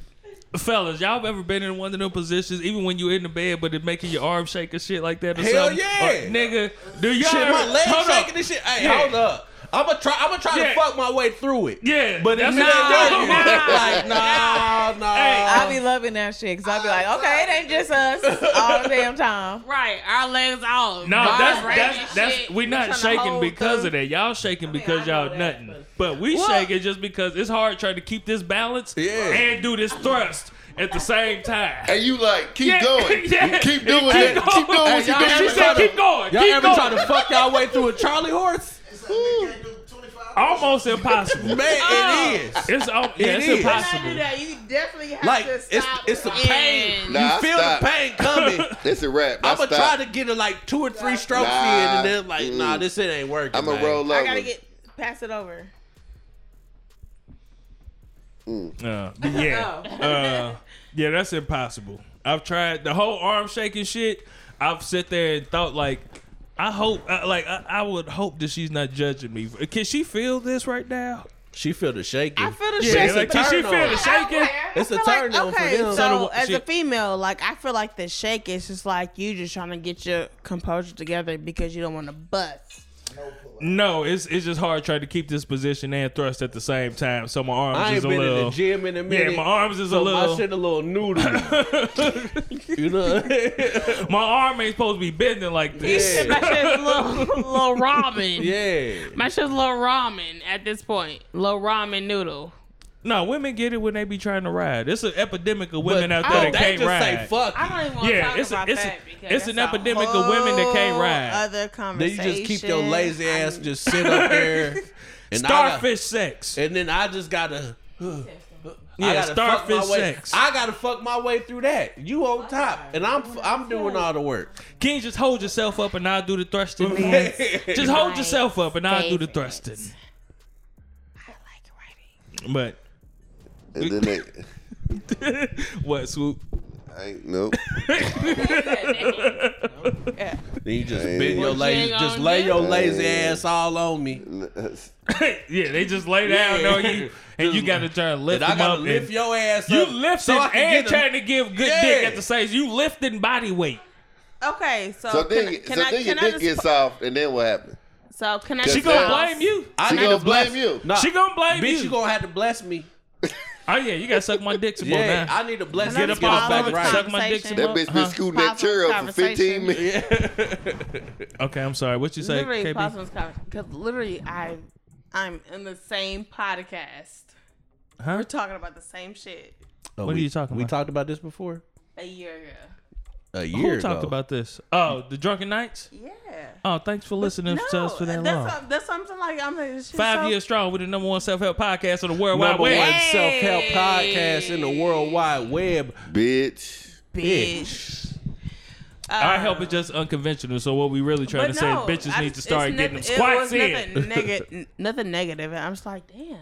B: Fellas, y'all ever been in one of them positions, even when you in the bed, but it making your arm shake and shit like that or
D: Hell
B: something?
D: yeah.
B: Or, nigga, do y'all
D: shit, my
B: ever-
D: legs
B: hold
D: shaking
B: on.
D: and shit. Hey,
B: Yeah.
D: hold up. I'ma try. I'ma try
B: Yeah.
D: to fuck my way through it.
B: Yeah,
D: but
B: that's
D: it's not
B: what I'm
D: working.
B: talking about.
D: Like, nah, nah.
G: I be loving that shit because I be like, okay, it ain't just us all the damn time.
C: Right, our legs all.
B: No, that's
C: vibrating
B: that's that's
C: shit.
B: we're
C: Tryna
B: not shaking
C: hold
B: because
C: the-
B: of that. Y'all shaking
C: I
B: because
C: know
B: y'all
C: that,
B: nothing. But we
C: Well-
B: shaking just because it's hard trying to keep this balance
D: Yeah.
B: and do this thrust at the same time.
A: And you like keep
B: Yeah,
A: going,
B: yeah.
A: keep doing
B: Keep
A: that,
B: going.
A: keep doing
B: Hey,
A: what you
D: y'all
A: doing.
D: ever
B: She said,
D: try to-
B: "Keep going,
D: Y'all
B: keep
D: ever
B: going."
D: try to fuck y'all way through a Charlie horse?
E: It's like, nigga can't do 25
B: Almost impossible.
D: Man, it is.
B: It's um, yeah, it's
D: It is.
C: When I do
B: impossible.
C: that, you definitely have
D: Like
C: to
D: it's
C: stop.
D: it's a
C: and-
D: pain.
A: Nah, I
D: you feel
A: stopped.
D: the pain coming.
A: It's a wrap. I
D: I'ma try
A: stop.
D: to get it like two or three strokes
A: Nah.
D: in, and then like,
A: Mm.
D: nah, this it ain't working.
A: I'm
D: man.
A: a roll
C: I
A: over.
C: gotta get pass it over.
B: Uh, but
G: Oh.
B: yeah, uh, yeah, that's impossible. I've tried the whole arm shaking shit. I've sat there and thought like, I hope, uh, like, I, I would hope that she's not judging me. Can she feel this right now?
D: She feel the shaking.
C: I feel the
B: Yeah,
C: shaking.
B: like,
C: but
B: can she
C: I
B: feel
C: swear,
B: the
C: I
B: shaking?
C: swear.
D: It's
C: I
D: a
C: feel like-
D: turn on for
C: okay,
D: them.
C: So,
B: So the-
C: as a
B: shit.
C: female, like I feel like the shake is just like you just trying to get your composure together because you don't want to bust.
B: No, it's it's just hard trying to keep this position and thrust at the same time. So my arms
D: I ain't
B: is a
D: been
B: little.
D: in the gym in a minute.
B: my arms is a
D: so
B: little-
D: My shit a little noodle. you know.
B: My arm ain't supposed to be bending like this.
D: Yeah.
C: My shit's a little, little ramen.
D: yeah.
C: My shit's a little ramen at this point. Little ramen noodle.
B: No, women get it when they be trying to ride. It's an epidemic of women out
D: Oh,
B: there
D: they
B: that can't
D: just
B: ride.
D: say fuck.
C: I
D: it.
C: don't even want to
B: yeah,
C: talk
B: it's a,
C: about
B: it's a,
C: that because
B: it's an
C: that's a
B: epidemic of women that can't
C: whole
B: ride.
C: Other
D: Then you
C: conversation.
D: just keep your lazy ass just sit up there. And I got-
B: Starfish sex.
D: and then I just gotta.
B: Yeah,
D: I gotta
B: starfish
D: fuck my way.
B: sex.
D: I gotta fuck my way through that. You on top, and I'm I'm doing all the work.
B: Can you just hold yourself up and I'll do the thrusting? just hold yourself up and I'll do the
G: favorite.
B: thrusting.
C: I like writing.
B: But
A: And then they,
B: what swoop?
A: I ain't, nope.
D: Then you just
A: Hey.
D: bend your
A: What
D: lazy,
C: you
D: just
C: gonna
D: lay
C: do?
D: your lazy ass all on me.
B: yeah, they just lay down
D: Yeah.
B: on you and you gotta try to lift
D: And I
B: them
D: gotta
B: up.
D: lift
B: and-
D: your ass
B: you
D: up.
B: lifting
D: so I can
B: and
D: get a-
B: trying to give good
D: Yeah.
B: dick at the same. You lifting body weight.
C: Okay, so,
A: so
C: Oh, can,
A: then,
C: I-
A: you-
C: can
A: so
C: I,
A: then your
C: can I
A: dick
C: just,
A: gets soft, and then what happened?
C: so can I?
A: She
B: She
C: just
B: gonna
A: Now-
B: blame you.
D: I
A: She
D: need
A: gonna
D: to bless-
A: blame you.
D: Nah,
B: She gonna blame
D: bitch,
B: you.
D: you gonna have to bless me.
B: Oh yeah, you gotta suck my dick some more
D: Yeah,
B: now.
D: I need to bless
C: Can
D: you
C: I
D: to
C: just
D: get us
C: follow
D: back
C: the
D: right.
B: Suck my dick some
C: conversation?
A: That
B: more.
A: bitch
B: Huh?
A: been scooting that
C: Positive
A: chair up for 15
C: conversation.
A: minutes.
B: Okay, I'm sorry. What you say,
C: literally
B: KB?
C: pause this conversation because literally I, I'm in the same podcast.
B: Huh?
C: We're talking about the same shit
B: What are you talking
D: We
B: about?
D: talked about this before.
C: a year ago.
D: A year
B: Who
D: ago.
B: talked about this? Oh, the drunken nights.
C: Yeah.
B: Oh, thanks for listening to us for that
C: that's,
B: long.
C: some- that's something like I'm like this shit
B: Five
C: so-
B: years strong with the number one self help podcast on the World Wide
D: number one
B: Web.
D: self help
C: Hey.
D: podcast in the World Wide Web.
A: Bitch.
C: bitch.
B: Our help is just unconventional. So what we really trying to say, is bitches
C: I
B: need to
C: just-
B: start getting
C: it's
B: them
C: nothing-
B: squats
C: it
B: in.
C: was Nothing, nega- nothing negative. And I'm just like, damn.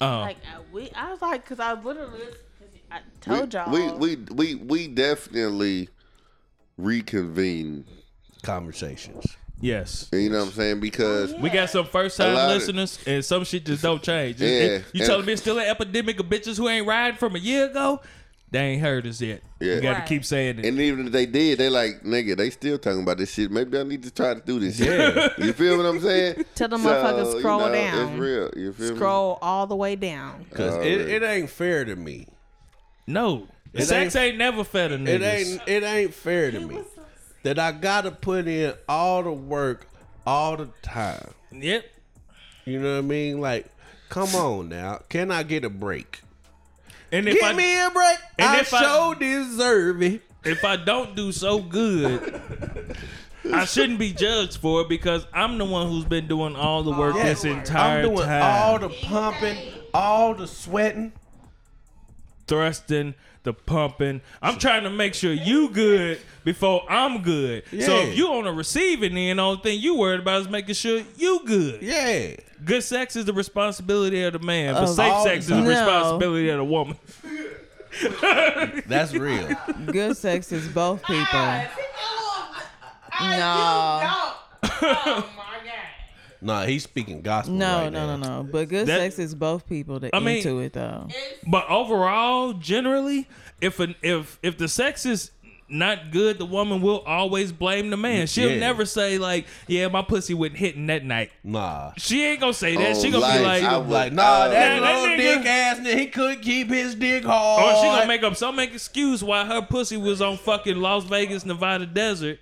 B: Oh.
C: Like I, we, I was like, because I was literally, 'cause I
A: We-
C: told y'all.
A: We we we we definitely reconvene.
D: Conversations.
B: yes.
A: You know what I'm saying? Because
C: Oh,
B: We got some first time
A: lot of-
B: listeners, and some shit just don't change.
A: Yeah,
B: It- you
A: and-
B: telling me it's still an epidemic of bitches who ain't riding from a year ago? They ain't heard us yet.
A: Yeah.
B: You got to
C: Right.
B: keep saying it.
A: and even if they did, they like nigga. They still talking about this shit. Maybe I need to try to do this. Yeah. you feel what I'm saying?
C: Tell them motherfuckers scroll down.
A: It's real. You feel me?
C: scroll all the way down.
D: Because
A: Alright.
D: it, it ain't fair to me.
B: no. Sex ain't, never fed a niggas.
D: It ain't it ain't fair to me. That I gotta put in all the work all the time.
B: Yep.
D: You know what I mean? Like, come on now. Can I get a break?
B: And if
D: Give
B: I
D: me a break.
B: And
D: I
B: if I-
D: so deserve it.
B: if I don't do so good, I shouldn't be judged for it because I'm the one who's been doing all the work this entire
D: I'm doing
B: time.
D: all the pumping, all the sweating.
B: thrusting, the pumping. I'm trying to make sure you good before I'm good. So
D: Yeah.
B: if you on the receiving end, only thing you worried about is making sure you good.
D: Yeah.
B: Good sex is the responsibility of the man, but
G: Of
B: safe
D: all
B: sex is
D: the
B: the
G: time. No.
B: responsibility of the woman.
D: That's real.
G: Good sex is both people. No.
C: Oh my god.
D: Nah, he's speaking gospel.
G: No,
D: right
G: no,
D: now.
G: no, no. But good
B: That-
G: sex is both people that
B: I mean-
G: into it though.
B: But overall, generally, if an, if if the sex is not good, the woman will always blame the man. She'll
D: Yeah.
B: never say like, "Yeah, my pussy wasn't hitting that night."
D: Nah.
B: She ain't gonna say that.
A: Oh,
B: she gonna
A: life.
B: be like,
A: I
B: or
A: would-
D: Like, nah,
A: uh,
D: that
B: Yeah, that
D: little
B: nigga- Oh,
D: dick ass nigga, he couldn't keep his dick hard.
B: she gonna make up some excuse why her pussy was on fucking Las Vegas, Nevada desert.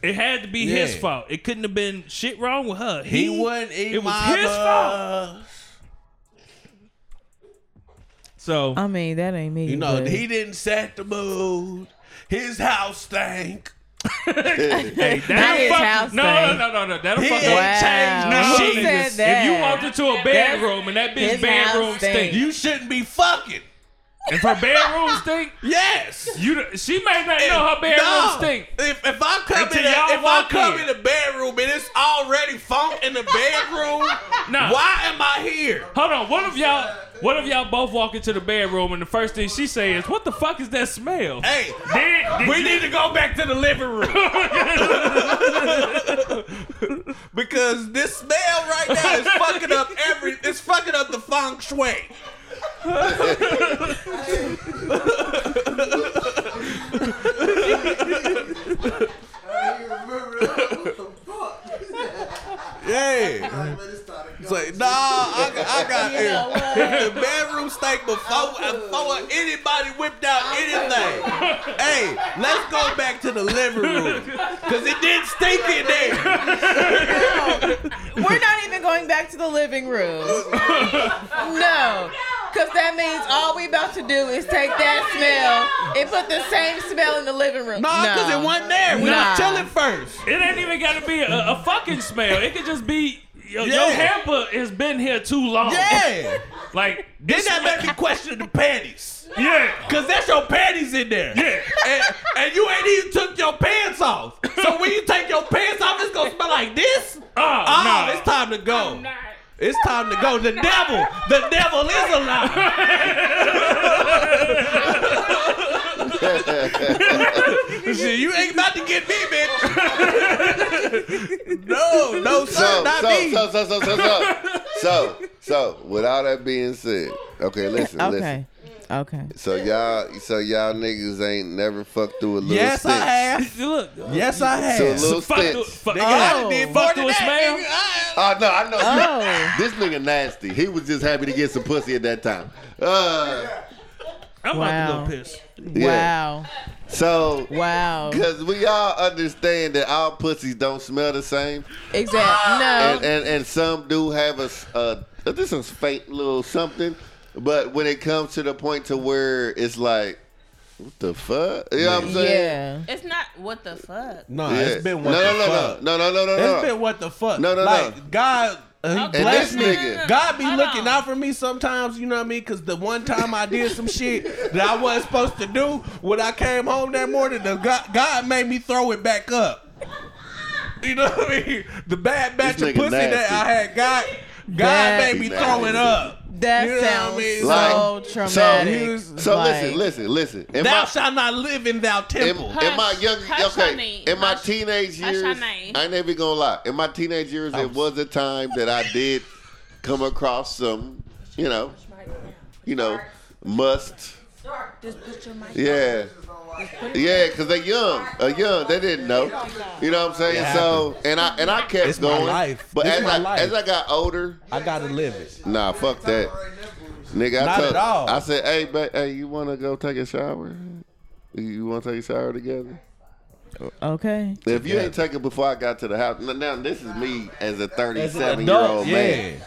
B: It had to be his
D: Yeah.
B: fault. It couldn't have been shit wrong with her.
D: He wouldn't eat
B: It was
D: my
B: his fault.
D: butt.
B: So
G: I mean, that ain't me.
D: You know,
G: but-
D: he didn't set the mood. His house stank.
B: hey,
G: That
B: that
G: is
B: fuck,
G: house
B: no,
G: thing.
B: no, no, no, no, that'll
D: He
B: fuck
D: ain't
B: up.
G: Wow.
D: changed no
G: She said
D: shit.
G: that.
B: If you walked into a bedroom and that bitch
G: His
B: bedroom
G: house stink.
B: stink,
D: You shouldn't be fucking.
B: if her bedroom stink,
D: Yes.
B: you she may not know her bedroom
D: No.
B: stink.
D: If, if I come
B: Until
D: in, the,
B: y'all
D: if I
B: walk
D: come
B: in.
D: in. the bedroom and it's already funk in the bedroom,
B: Nah.
D: why am I here?
B: Hold on, what if y'all, what if y'all both walk into the bedroom and the first thing she say is, "What the fuck is that smell?"
D: Hey,
B: Did- did
D: we
B: you-
D: need to go back to the living room because this smell right now is fucking up every. It's fucking up the feng shui.
E: I didn't even remember that. What the fuck?
D: Yeah.
E: Man, it started
D: It's like, nah, I, got- I got
G: You know what?
D: if the bedroom stank before, before anybody whipped out anything. Hey, let's go back to the living room. Because it did stink in there.
G: We're not even going back to the living room. No. Because that means all we about to do is take that smell and put the same smell in the living room.
D: Nah, because it wasn't there. We
G: Nah.
D: was chilling first.
B: It ain't even gotta be a, a fucking smell. It could just be your, your
D: Yeah.
B: hamper has been here too long.
D: Yeah.
B: Like
D: Then
B: it's-
D: that make me question the panties.
B: yeah,
D: Because that's your panties in there.
B: yeah.
D: And, and you ain't even took your pants off. So when you take your pants off, it's going to smell like this?
B: Oh,
D: Oh,
B: nah.
D: it's time to go. It's time to go. The devil, the devil is alive. Shit, you ain't about to get me, bitch. no, no, sir,
A: so,
D: not
A: so,
D: me.
A: so, so, so, so, so, so, so, with all that being said, okay, listen, listen.
G: Okay. Okay.
A: So y'all, so y'all niggas ain't never fucked through a little
D: yes,
A: stitch.
D: I have.
B: Look,
D: Yes, I have.
A: So little
B: fuck, the,
A: stitch.
B: fuck,
D: Nigga, I done
G: Oh.
D: did
B: Fuck
D: more
B: to
D: than
B: a smell?
D: that,
A: Oh no, I know.
G: Oh.
A: This nigga nasty. He was just happy to get some pussy at that time. Uh,
B: I'm
G: Wow.
B: about to go piss.
A: Yeah.
G: Wow.
A: so,
G: Wow.
A: because we all understand that all pussies don't smell the same,
G: Exactly. No.
A: and and, and some do have a, s- a- this is faint little something, but when it comes to the point to where it's like, what the fuck? You know what I'm saying?
G: Yeah.
C: It's not what the fuck.
D: Nah,
A: Yeah.
D: it's been what
A: no,
D: the
A: no, no,
D: fuck.
A: no, no, no, no, no,
D: It's
A: no.
D: been what the
A: Uh,
D: fuck.
A: No, no,
D: like,
A: no.
D: God, uh, he
A: and
D: blessed
A: this
D: me.
A: nigga,
D: God be
C: Hold
D: looking
C: on.
D: out for me sometimes, you know what I mean? Because the one time I did some shit that I wasn't supposed to do, when I came home that morning, the God, God made me throw it back up. You know what I mean? The bad batch
A: This
D: of
A: nigga
D: pussy that
A: nasty.
D: I had, God, God
G: That-
D: made me
A: Nasty.
D: throw it up.
G: That
D: You know what I
G: sounds
D: mean?
G: so
A: Like, so
G: traumatic.
D: here's-
A: So
G: Like,
A: listen, listen, listen. In
D: Thou
A: my-
D: shalt not live in thou
A: in,
D: temple.
A: in my
C: Hush,
A: young,
C: hush your
A: okay,
C: name,
A: in my
C: hush-
A: teenage
C: hush
A: years,
C: your
A: I
C: name.
A: ain't even gonna lie. In my teenage years, it was a time that I did come across some, you know, you know, must. Yeah, yeah, because they young, uh, young. They didn't know. You know what I'm saying? So, and I and I kept
D: It's my
A: going.
D: life.
A: But
D: It's
A: as
D: my
A: I
D: life.
A: as I got older,
D: I gotta live it.
A: nah, fuck that,
E: right now, boy.
A: nigga. I
D: Not
A: told,
D: at all.
A: I said, hey, ba- hey, you wanna go take a shower? You wanna take a shower together?
G: Okay.
A: If you ain't taking before I got to the house, now- now this is me as a 37 year old man,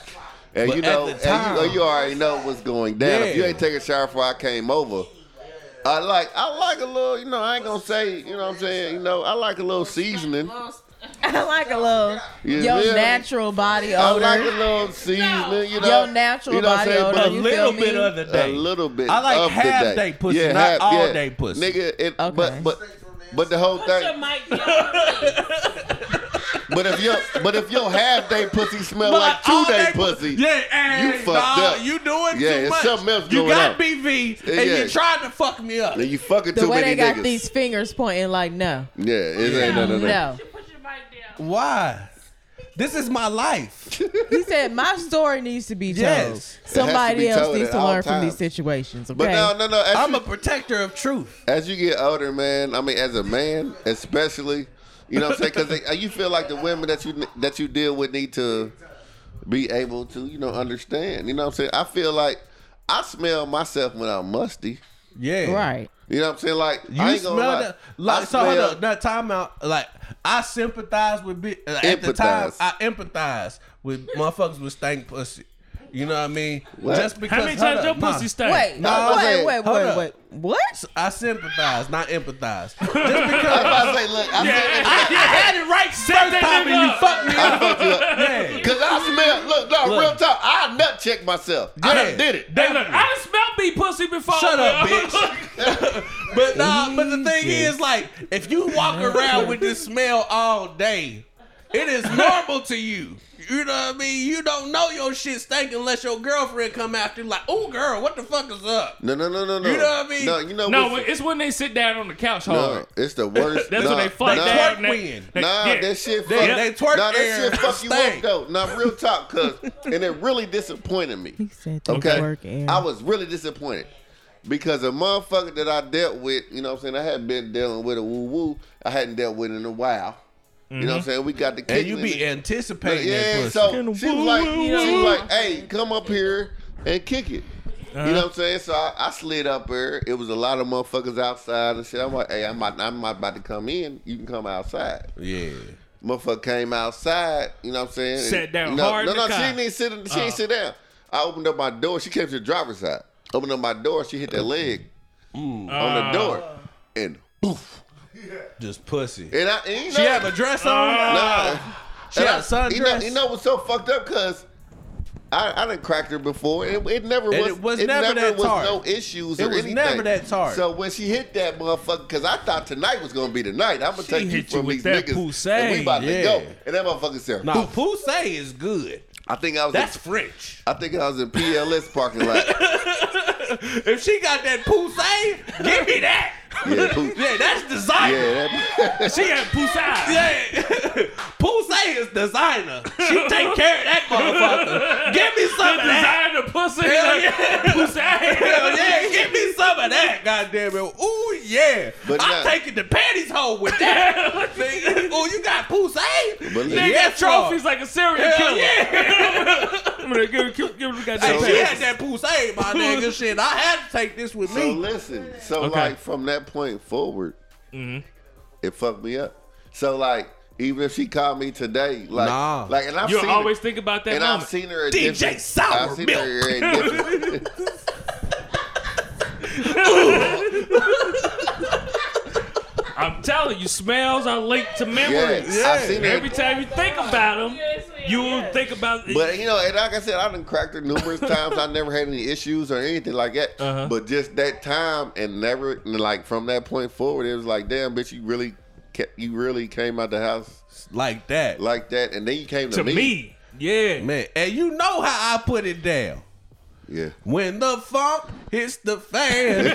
A: and
D: But
A: you
D: at
A: know,
D: the
A: and
D: time-
A: you, you already know what's going down. If you
D: Yeah.
A: ain't taking a shower before I came over, I like I like a little, you know, I ain't gonna say, you know, what I'm saying, you know, I like a little seasoning.
G: I like a little
A: You
G: your
A: feel me?
G: natural body
A: I
G: odor.
A: like a little seasoning, you know,
G: Your natural
A: you know what I'm
G: body
A: saying,
G: odor.
A: but
D: A
G: You
D: little
G: feel me?
D: bit of the
A: a
D: day.
A: little bit.
D: I like
A: of the
D: half
A: day.
D: day pussy, not all day pussy.
A: Nigga, it,
G: Okay.
A: but but but the whole thing.
C: Put your mic down.
A: But if your but if your half day pussy smell
D: But
A: like
D: all
A: two day
D: they-
A: pussy,
D: Yeah, hey,
A: you fucked up.
D: You doing
A: Yeah,
D: too
A: it's
D: much.
A: something else
D: you
A: going
D: got
A: on.
D: BV and
A: Yeah.
D: you tried to fuck me up.
A: then you fucking
G: The
A: too
G: way they
A: many
G: got
A: niggas.
G: these fingers pointing like no,
A: yeah, it ain't no, no, no.
G: no.
I: Put your mic down.
D: Why? This is my life.
G: He said my story needs to be told.
D: Yes.
G: Somebody
A: It has
G: else
A: to be told
G: needs
A: at
G: to
A: all
G: learn from these
A: times.
G: situations. Okay.
A: But no, no, no. As,
D: I'm
A: you,
D: a protector of truth.
A: as you get older, man, I mean, as a man, especially, you know what I'm saying? Because you feel like the women that you that you deal with need to be able to, you know, understand. You know what I'm saying? I feel like I smell myself when I'm musty.
D: Yeah.
G: Right.
A: You know what I'm saying? Like
D: You
A: I ain't
D: smell
A: gonna lie.
D: that? Like,
A: I
D: so hold
A: smell-
D: up. Now, time out. Like, I sympathize with. Bi- like, at the time,
A: Empathize.
D: I empathize with motherfuckers with stank pussy. You know what I mean?
A: What?
D: Just because.
B: How many
D: hold
B: times your
D: up, nah.
B: pussy stank?
G: Wait.
A: No, I was
G: wait.
A: saying-
G: Wait.
D: Hold
G: Wait.
D: up.
G: Wait. What?
D: I sympathize, not empathize. Just
A: I
D: because
A: was
D: I,
A: about to say, look, I
D: had it right first
B: that
D: time
B: nigga
D: and you
B: up.
D: fucked me up.
A: fucked you up.
D: Yeah.
A: Cause I smell. Look, no,
D: Look.
A: real talk. I nut checked myself. I
D: Yeah.
A: done did it.
B: Hey, look, I done smelled me pussy before.
D: Shut up,
B: bro.
D: bitch. but nah, but the thing is, like, if you walk around with this smell all day, it is normal to you. You know what I mean? You don't know your shit stink unless your girlfriend come after you like, oh girl, what the fuck is up?
A: No, no, no, no, no.
D: You know what I mean?
A: No, you know
B: no,
A: what?
B: it's when they sit down on the couch
A: No,
B: hard.
A: it's the worst.
B: That's
A: nah,
B: when they fuck
A: nah,
B: down.
D: Twerk win.
A: Nah,
B: yeah.
A: that shit
D: They-
A: fuck.
D: they twerk
A: nah, that
D: air
A: shit fuck you
D: stank.
A: up though. Nah, real talk, cuz. And it really disappointed me.
G: He said to
A: Okay.
G: work and
A: I was really disappointed because a motherfucker that I dealt with, you know what I'm saying? I hadn't been dealing with a woo woo. I hadn't dealt with in a while. You know
G: Mm-hmm.
A: what I'm saying? We got the kick.
D: And you be anticipating that
A: yeah,
D: pussy.
A: so
B: Kinda
A: she was
B: woo,
A: like,
B: woo,
A: she was
B: woo.
A: like, hey, come up here and kick it.
G: Uh-huh.
A: You know what I'm saying? So I, I slid up there. It was a lot of motherfuckers outside and shit. I'm like, hey, I'm about, I'm about to come in. You can come outside.
D: yeah.
A: Motherfucker came outside. You know what I'm saying?
B: Sat
A: And-
B: down
A: no,
B: hard
A: No,
B: in
A: no,
B: the
A: she
B: car.
A: didn't sit. She
D: Uh.
A: ain't sit down. I opened up my door. She came to the driver's side. Opened up my door. She hit that leg
D: Uh.
A: on the door, and poof.
D: Just pussy.
A: And I, and you know,
D: She have a dress on?
A: nah.
D: she
A: And
D: have
A: I-
D: a sundress?
A: You know, you know what's so fucked up? Cause I, I didn't crack her before. It, it never was.
D: And it was never that
A: was
D: hard.
A: no issues.
D: It
A: or
D: was
A: anything.
D: never that hard.
A: So when she hit that motherfucker, cause I thought tonight was gonna be the night. I'm gonna
B: She
A: take you
B: hit you
A: from
B: with
A: these
B: that
A: niggas,
B: pussy.
A: and we about
D: Yeah.
A: to go. And that motherfucker said,
D: Nah, Poussey is good.
A: I think I was.
D: That's
A: in,
D: French.
A: I think I was in PLS parking lot.
D: If she got that Poussey, give me that.
A: Yeah, Poussey.
D: yeah, that's designer.
A: yeah, that,
B: She had pussy. eyes.
D: Yeah. Poussey is designer. She take care of that motherfucker. Give me some of that.
B: Design the pussy.
D: Hell
B: like,
D: yeah.
B: pussy eyes.
D: Hell yeah, give me some of that, goddamn it. Ooh yeah.
A: But
D: I'm
A: nah.
D: taking the panties home with that. Nigga, Ooh, you got Poussey?
A: But
B: They
A: Yeah,
B: got
D: Yes,
B: trophies
D: Lord.
B: like a serial
D: Hell
B: killer.
D: yeah.
B: I'm gonna give, give, give him the
D: Hey,
B: goddamn
D: she
B: pass.
D: had that Poussey, my nigga. Shit, I had to take this with
A: so
D: me.
A: listen. So
B: Okay.
A: like from that point forward, it fucked me up. So like even if she called me today, like
D: Nah.
A: like and I've
B: You
A: seen
B: always
A: her,
B: think about that
A: and
B: moment.
A: I've seen her at
D: DJ
A: different-
D: Sour
A: I've seen her at different.
B: I'm telling you, smells are linked to
A: yeah,
B: memories.
A: I've seen her.
B: Every time you think about them, you will think about it.
A: But you know, and like I said, I done cracked her numerous times. I never had any issues or anything like that.
B: Uh-huh.
A: But just that time, and never, and like from that point forward, it was like, damn, bitch, you really, ca- you really came out the house
D: Like that.
A: like that, and then you came to,
B: to me, yeah.
D: Man, and you know how I put it down.
A: Yeah,
D: When the funk hits the fan.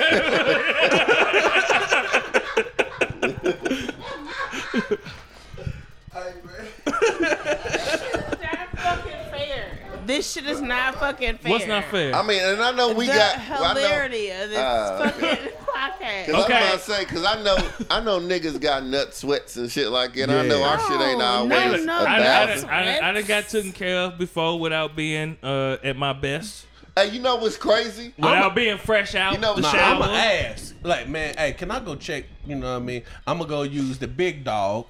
E: Hey, man.
I: Not fucking fair.
C: This shit is not fucking fair.
B: What's not fair?
A: I mean, and I know we
C: the
A: got
C: hilarity of this
A: Ah, okay.
C: fucking podcast.
A: Well, I know, 'cause
B: Okay.
A: I'm about to say, cause I know, I know niggas got nut sweats and shit like that. I know our
C: Yeah.
A: shit ain't
C: No,
A: always
C: no,
A: a
C: no,
B: I, I, done-
A: thousand.
B: I, done- I done got taken care of before without being uh, at my best,
A: Hey, you know what's crazy?
B: without being fresh out
A: You know,
B: the
A: nah,
B: shower.
D: I'ma ask. Like, man, hey, can I go check? You know what I mean? I'ma go use the big dog.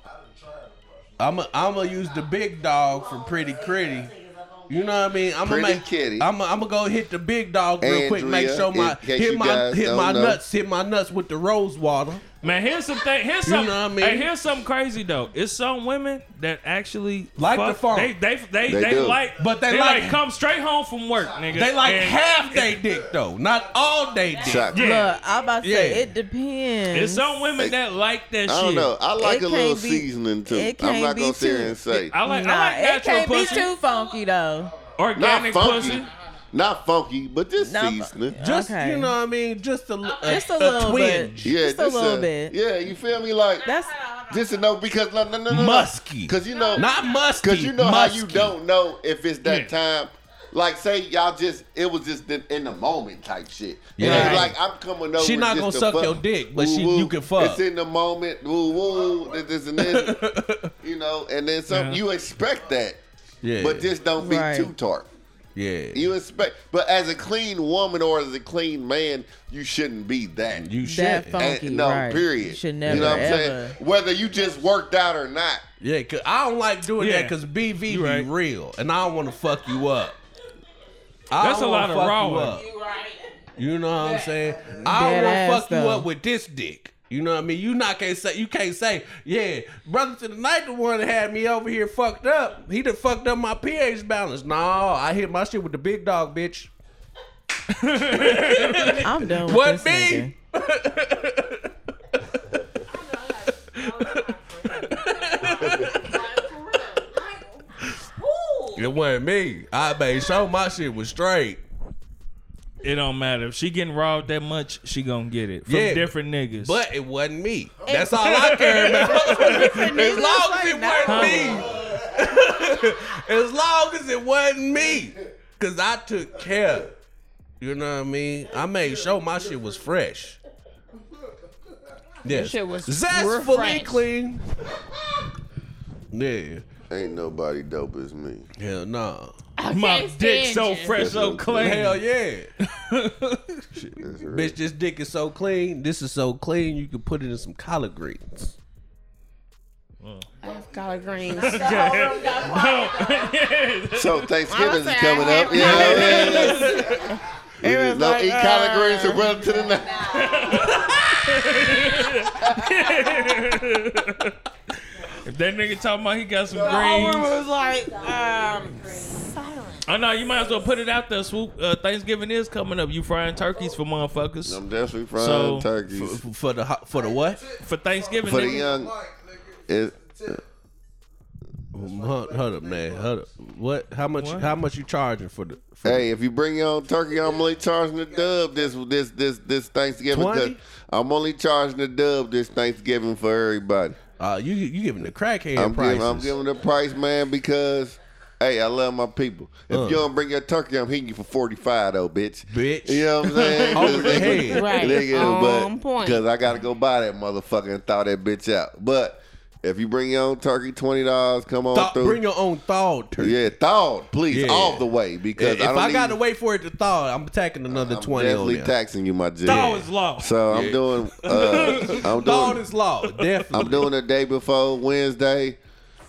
D: I'ma I'ma use the big dog for pretty pretty. You know what I mean? I'm
A: Pretty
D: make,
A: kitty.
D: I'm gonna go hit the big dog real quick. Make
A: Andrea,
D: sure my
A: in case
D: hit
A: you
D: my
A: guys
D: hit
A: don't
D: my
A: know.
D: nuts hit my nuts with the rose water.
B: Man, here's some thing. Here's
D: You
B: some.
D: know what I mean?
B: Hey, here's something crazy though. It's some women that actually
D: Like the
B: fuck-
D: funk.
B: They they they,
A: They
B: they,
A: do.
B: like,
D: But they
B: like,
D: like-
B: come straight home from work, nigga.
D: They like
B: And-
D: half they dick though, not all they dick.
A: Shot.
B: Yeah,
G: Look, I'm about to
D: Yeah.
G: say it depends.
B: it's some women that like that shit.
A: I don't know. I like
G: It
A: a little
G: can't be-
A: seasoning too.
G: it
A: I'm
G: can't
A: not gonna
G: be
A: sit here
G: too-
A: and say
B: I like
G: nah,
B: I like
G: it
B: natural
G: can't
B: pussy,
G: be too funky though.
A: not
B: organic
A: funky,
B: pussy.
A: not funky, but just
G: Not fu-
A: seasoning.
D: Just
G: Okay.
D: you know what I mean? Just a, li- a,
G: Just a little
D: twinge.
A: Yeah, uh,
G: Just a little bit.
A: Yeah, you feel me? Like
G: That's
A: just to know because no, no, no, no,
D: Musky.
A: Because you know,
D: Not musky.
A: because you know
D: musky.
A: how you don't know if it's that
B: Yeah.
A: time. Like say y'all just it was just the, in the moment type shit.
D: Yeah.
A: Yeah, like I'm coming over.
D: She not
A: just
D: gonna
A: to
D: suck
A: fuck.
D: your dick, but she-
A: Woo, woo.
D: you can fuck.
A: It's in the moment. Woo woo. This, this and this. you know, and then some.
B: Yeah.
A: You expect that,
D: Yeah.
A: but just don't be
G: Right.
A: too tart.
D: yeah.
A: You expect, but as a clean woman or as a clean man, you shouldn't be that.
D: you
G: that
D: should.
G: funky.
A: And- no,
G: right.
A: period.
G: You should never
A: You know what I'm
G: ever.
A: saying? Whether you just worked out or not.
D: Yeah, cause I don't like doing that
B: Yeah.
D: 'cause that because BV
B: You right.
D: be real, and I don't want to fuck you up. I
B: That's
D: don't
B: a
D: wanna
B: lot of
D: fuck
B: raw
D: you
B: one.
D: up.
I: You right.
D: You know what I'm saying? I
G: Dead
D: don't want
G: ass,
D: to fuck you
G: though.
D: up with this dick. You know what I mean? You not can't say you can't say, yeah, brother to the night the one that had me over here fucked up. He done fucked up my pH balance. No, I hit my shit with the big dog, bitch.
G: I'm done with
D: What
G: this
D: me?
I: Like, for real. Like, who?
D: It wasn't me. I made sure my shit was straight.
B: It don't matter if she getting robbed that much, she gonna get it from
D: Yeah.
B: different niggas.
D: But it wasn't me. That's all I care about. as long as it wasn't me. as long as it wasn't me. Cause I took care. You know what I mean? I made sure my shit was fresh. Yes.
G: shit was
D: Zestfully
G: fresh.
D: clean. Yeah.
A: Ain't nobody dope as me.
D: Hell no.
B: my
I: can't
B: dick
I: stand
B: so
I: you.
B: fresh, so clean.
D: Hell yeah.
A: That's real.
D: Bitch, this dick is so clean. This is so clean you could put it in some collard greens.
G: Collard greens.
A: So Thanksgiving's
G: Honestly,
A: is coming
G: I
A: up. You know what I mean? We just don't eat
G: uh,
A: collard greens or brother to the night.
B: If that nigga talking about he got some
C: Owen
B: greens,
C: was like, um,
B: I know you might as well put it out there. Swoop, uh, Thanksgiving is coming up. You frying turkeys for motherfuckers
A: I'm definitely frying
B: So-
A: turkeys
D: For, for the ho- for the what?
B: for Thanksgiving.
A: for the uh,
B: nigga.
A: young.
E: Mike, nigga.
A: It,
D: Hold, hold up, man. Hold up. What? How much? How much you charging for the? For the-
A: hey, if you bring your own turkey, I'm only charging the dub this this this this Thanksgiving.
D: 20?
A: I'm only charging the dub this Thanksgiving for everybody.
D: Uh, you you giving the crackhead
A: I'm
D: prices?
A: giving, I'm giving the price, man, because hey, I love my people. If
D: Uh.
A: you don't bring your turkey, I'm hitting you for 45 though, bitch.
D: Bitch.
A: You know what I'm saying?
D: Over the head.
G: Right.
A: Nigga,
G: On
A: but
G: point.
A: because I gotta go buy that motherfucker and thaw that bitch out. But if you bring your own turkey, twenty dollars, come on
D: Thaw-
A: through.
D: bring your own thawed turkey.
A: yeah, thawed, please,
D: Yeah.
A: all the way because
D: if
A: I
D: I,
A: don't
D: gotta
A: even-
D: wait for it to thaw, I'm tacking another
A: I'm
D: twenty on
A: definitely
D: there.
A: taxing you, my G.
B: Thaw is law.
A: So I'm
D: Yeah.
A: doing. Uh, I'm
D: Thawed
A: doing.
D: is law, definitely.
A: I'm doing the day before Wednesday.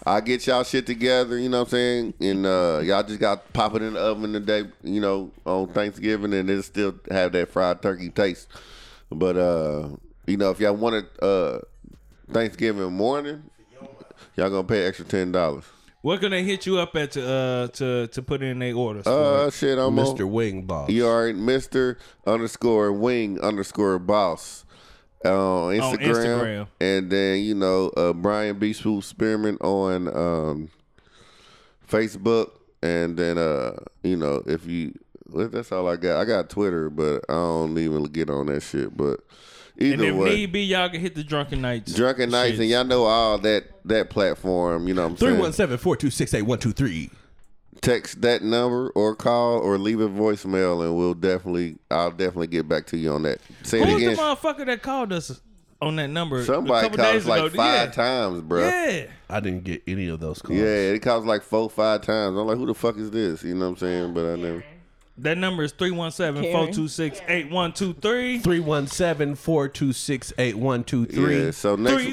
A: I get y'all shit together, you know what I'm saying? And uh, y'all just got pop it in the oven today, you know, on Thanksgiving and it still have that fried turkey taste. But uh, you know, if y'all want it uh Thanksgiving morning, y'all gonna pay extra ten dollars.
B: What can they hit you up at to uh, to to put in their orders? for?
A: Uh shit, I'm on-
D: Mr. Wing Boss.
A: You all right, Mister underscore Wing underscore Boss on Instagram,
B: Instagram.
A: and then you know uh, Brian B. Swoop Spearman on um, Facebook, and then uh, you know if you well, that's all I got. I got Twitter, but I don't even get on that shit. But
B: and
A: either
B: if
A: way,
B: need be, y'all can hit the drunken nights.
A: Drunken Nights, and y'all know all that that platform. You know what I'm saying?
D: 317-426-8123.
A: text that number or call or leave a voicemail and we'll definitely I'll definitely get back to you on that. Say
B: Who's
A: it
B: the
A: again.
B: motherfucker that called us on that number? a
A: Somebody
B: couple
A: called us
B: days
A: like
B: ago?
A: five
B: yeah.
A: times, bro. Yeah.
B: Yeah,
D: I didn't get any of those calls.
A: it calls like four, five times. I'm like, who the fuck is this? You know what I'm saying? But I never.
B: that number is 317-426-8123.
D: 317-426-8123.
A: Yeah. So next,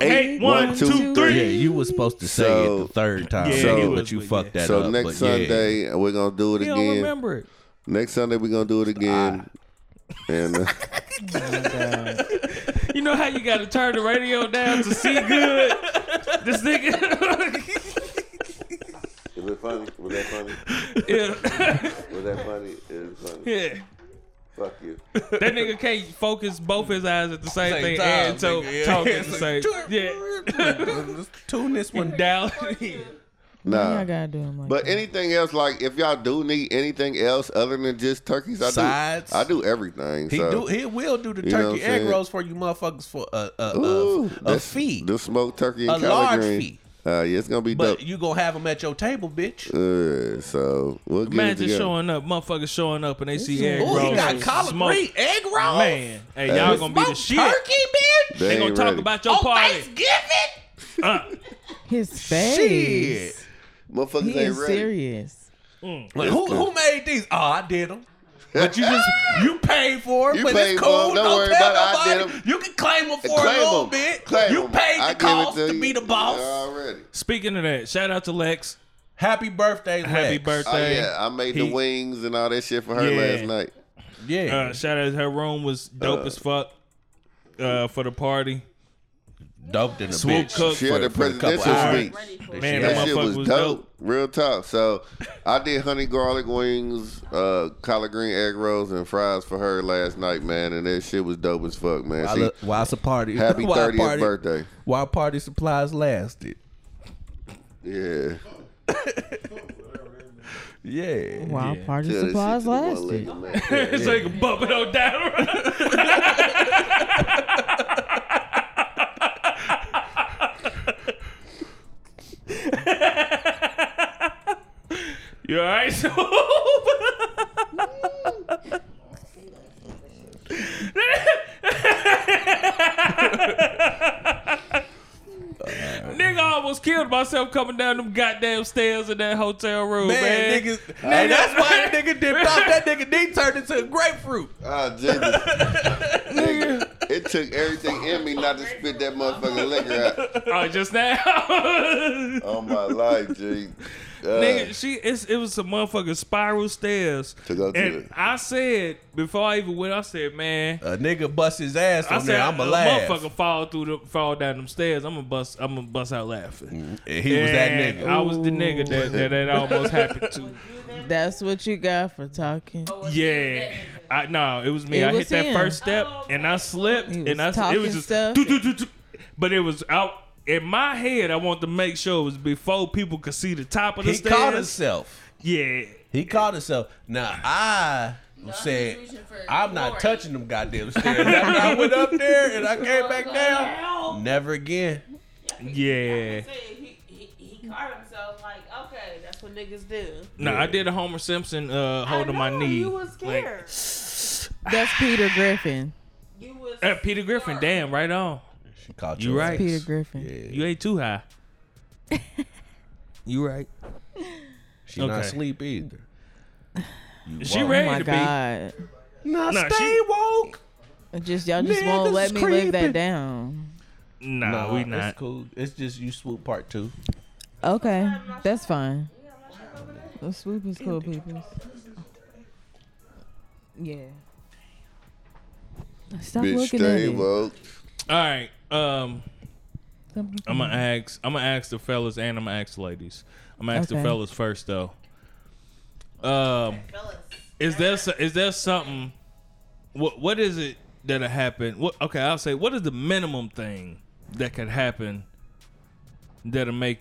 B: 317-426-8123.
D: Yeah, you was supposed to say
A: So-
D: it the third time,
B: Yeah,
A: he
D: but
B: was,
D: you
B: but
D: fucked that up.
A: so next
D: but yeah.
A: Sunday we're gonna do it
B: You don't
A: again.
B: remember it. Ah.
A: Next Sunday we're gonna do it again. And uh,
B: You know how you gotta turn the radio down to see good? This nigga.
A: Is it funny? Was that funny?
B: yeah.
A: Was that funny? It's funny.
B: yeah.
A: Fuck you.
B: That nigga can't focus both his eyes at the same,
D: Same
B: thing
D: time,
B: and to-
D: nigga, yeah.
B: talk at
D: It's
B: the same
D: like,
B: Yeah.
D: Let's tune this one down.
B: Down.
A: Nah.
G: I gotta do them like
A: But anything else, like if y'all do need anything else other than just turkeys, I
D: Sides.
A: do. I do everything.
D: He
A: so.
D: do. He will do the
A: You know what
D: turkey
A: I'm
D: egg
A: saying?
D: rolls for you motherfuckers for a a,
A: Ooh,
D: a, a
A: that's-
D: fee.
A: The smoked turkey and
D: A
A: collard
D: large
A: greens.
D: fee.
A: Uh, yeah, it's gonna be
D: But
A: dope.
D: you gonna have them at your table, bitch.
A: Uh, so we'll get it
B: Imagine
A: together.
B: showing up, motherfuckers showing up and they see egg
D: Oh,
B: rolls.
D: he got
B: and
D: collard
B: smoke.
D: green egg rolls.
B: Man, hey, y'all gonna be the
D: Smoked
B: shit.
D: Turkey, bitch.
A: They
B: They gonna
A: ain't
B: talk
A: ready.
B: about your
D: Oh,
B: party.
D: Thanksgiving.
G: his face.
D: Shit.
A: motherfuckers
G: He
A: ain't
G: is
A: ready.
G: serious.
D: Like, who who made these? Oh, I did them. But you just you paid for them.
A: Ah! You
D: But
A: paid
D: it's
A: for
D: cool.
A: 'em.
D: Don't,
A: Don't worry
D: tell
A: about it. I did
D: nobody.
A: 'em.
D: You can claim them for
A: Claim
D: a little
A: 'em.
D: bit.
A: Claim
D: you
A: 'em.
D: paid the
A: I give it
D: cost to,
A: you.
D: be the boss.
A: Already.
B: Speaking of that, shout out to Lex.
D: Happy birthday, Lex.
B: Happy birthday.
A: Oh yeah, I made the
B: He-
A: wings and all that shit for her
B: Yeah.
A: last night.
D: Yeah.
B: Uh, shout out her room was dope as fuck uh, for the party.
D: Dope than a
B: Swoop
D: bitch.
B: cooked.
A: She had the
D: for a couple
A: presidential
B: hours.
A: suite.
I: Ready for it.
B: Man, that,
A: That shit
B: motherfucker
A: was dope. real talk. So I did honey garlic wings, uh, collard green egg rolls, and fries for her last night, man. And that shit was dope as fuck, man.
D: While,
A: She,
D: it- while it's a party.
A: happy
D: while
A: thirtieth
D: party-
A: birthday.
D: While party supplies lasted.
A: Yeah,
D: Yeah.
G: Wow, party
A: Tell that shit
G: supplies
A: to the one
G: lasted.
A: nigga, man. Yeah,
B: It's like a bumping on down. you all right? So Nigga I almost killed myself coming down them goddamn stairs in that hotel room, man.
D: Man, niggas. Hey, that's why that nigga dipped off. That nigga D turned into a grapefruit.
A: Ah, Jesus. Nigga, it took everything in me not to spit that motherfucking liquor out.
B: Oh, just now.
A: On my life, G. Uh,
B: Nigga, she it's, it was some motherfucking spiral stairs.
A: To go to
B: and
A: the-
B: I said before I even went, I said, man,
D: A nigga bust his ass
B: I
D: on
B: said
D: there. Oh, I'ma
B: a
D: laugh.
B: motherfucker fall through the fall down them stairs. I'm gonna bust. I'm gonna bust out laughing.
D: And he was that
B: And
D: nigga.
B: I was the nigga that that, that almost happened to.
G: That's what you got for talking.
B: Oh. Yeah. I no, it was me.
G: It
B: I
G: was
B: hit
G: him.
B: that first step and I slipped
G: He was
B: and I it
G: talking
B: was just
G: stuff.
B: do, do, do, do. but it was out in my head. I want to make sure it was before people could see the top of the
D: he
B: stairs.
D: caught himself.
B: Yeah.
D: He caught himself. Now I said,
I: he's reaching for
D: I'm not
I: glory.
D: touching them goddamn stairs. After I went up there and I came back down. Never again.
B: Yeah.
I: He, he, he caught himself like, okay, that's what niggas do.
B: No, I did a Homer Simpson uh, holding
C: I
B: my
C: know,
B: knee.
C: You was
B: Like,
C: scared.
G: That's Peter Griffin.
I: You was
B: uh, Peter Griffin, damn, right on.
D: She caught
B: You
D: your
B: right.
D: ass.
G: Peter Griffin.
D: Yeah.
B: You ain't too high. you right.
D: She
B: Okay.
D: not sleep either. You
B: She
D: woke.
G: Oh
B: ready
G: my
B: to
G: God.
D: Nah,
B: Nah,
D: stay
B: she-
D: woke.
G: Just y'all just
D: Niggas
G: won't let me live
D: creeping.
G: that down.
B: be. Nah, we not.
D: It's cool. It's just you swoop part two.
G: Okay, that's fine. The swoop is cool, people. Yeah. Stop
A: bitch,
G: looking at
A: stay
G: it.
A: woke.
B: All right. Um,
G: Stop looking
B: I'm gonna
G: at it.
B: ask. I'm gonna ask the fellas and I'm gonna ask the ladies. I'm gonna ask the
G: Okay.
B: fellas first though. Um, is there so- is there something? What what is it that happened? What okay? I'll say what is the minimum thing that could happen that'll make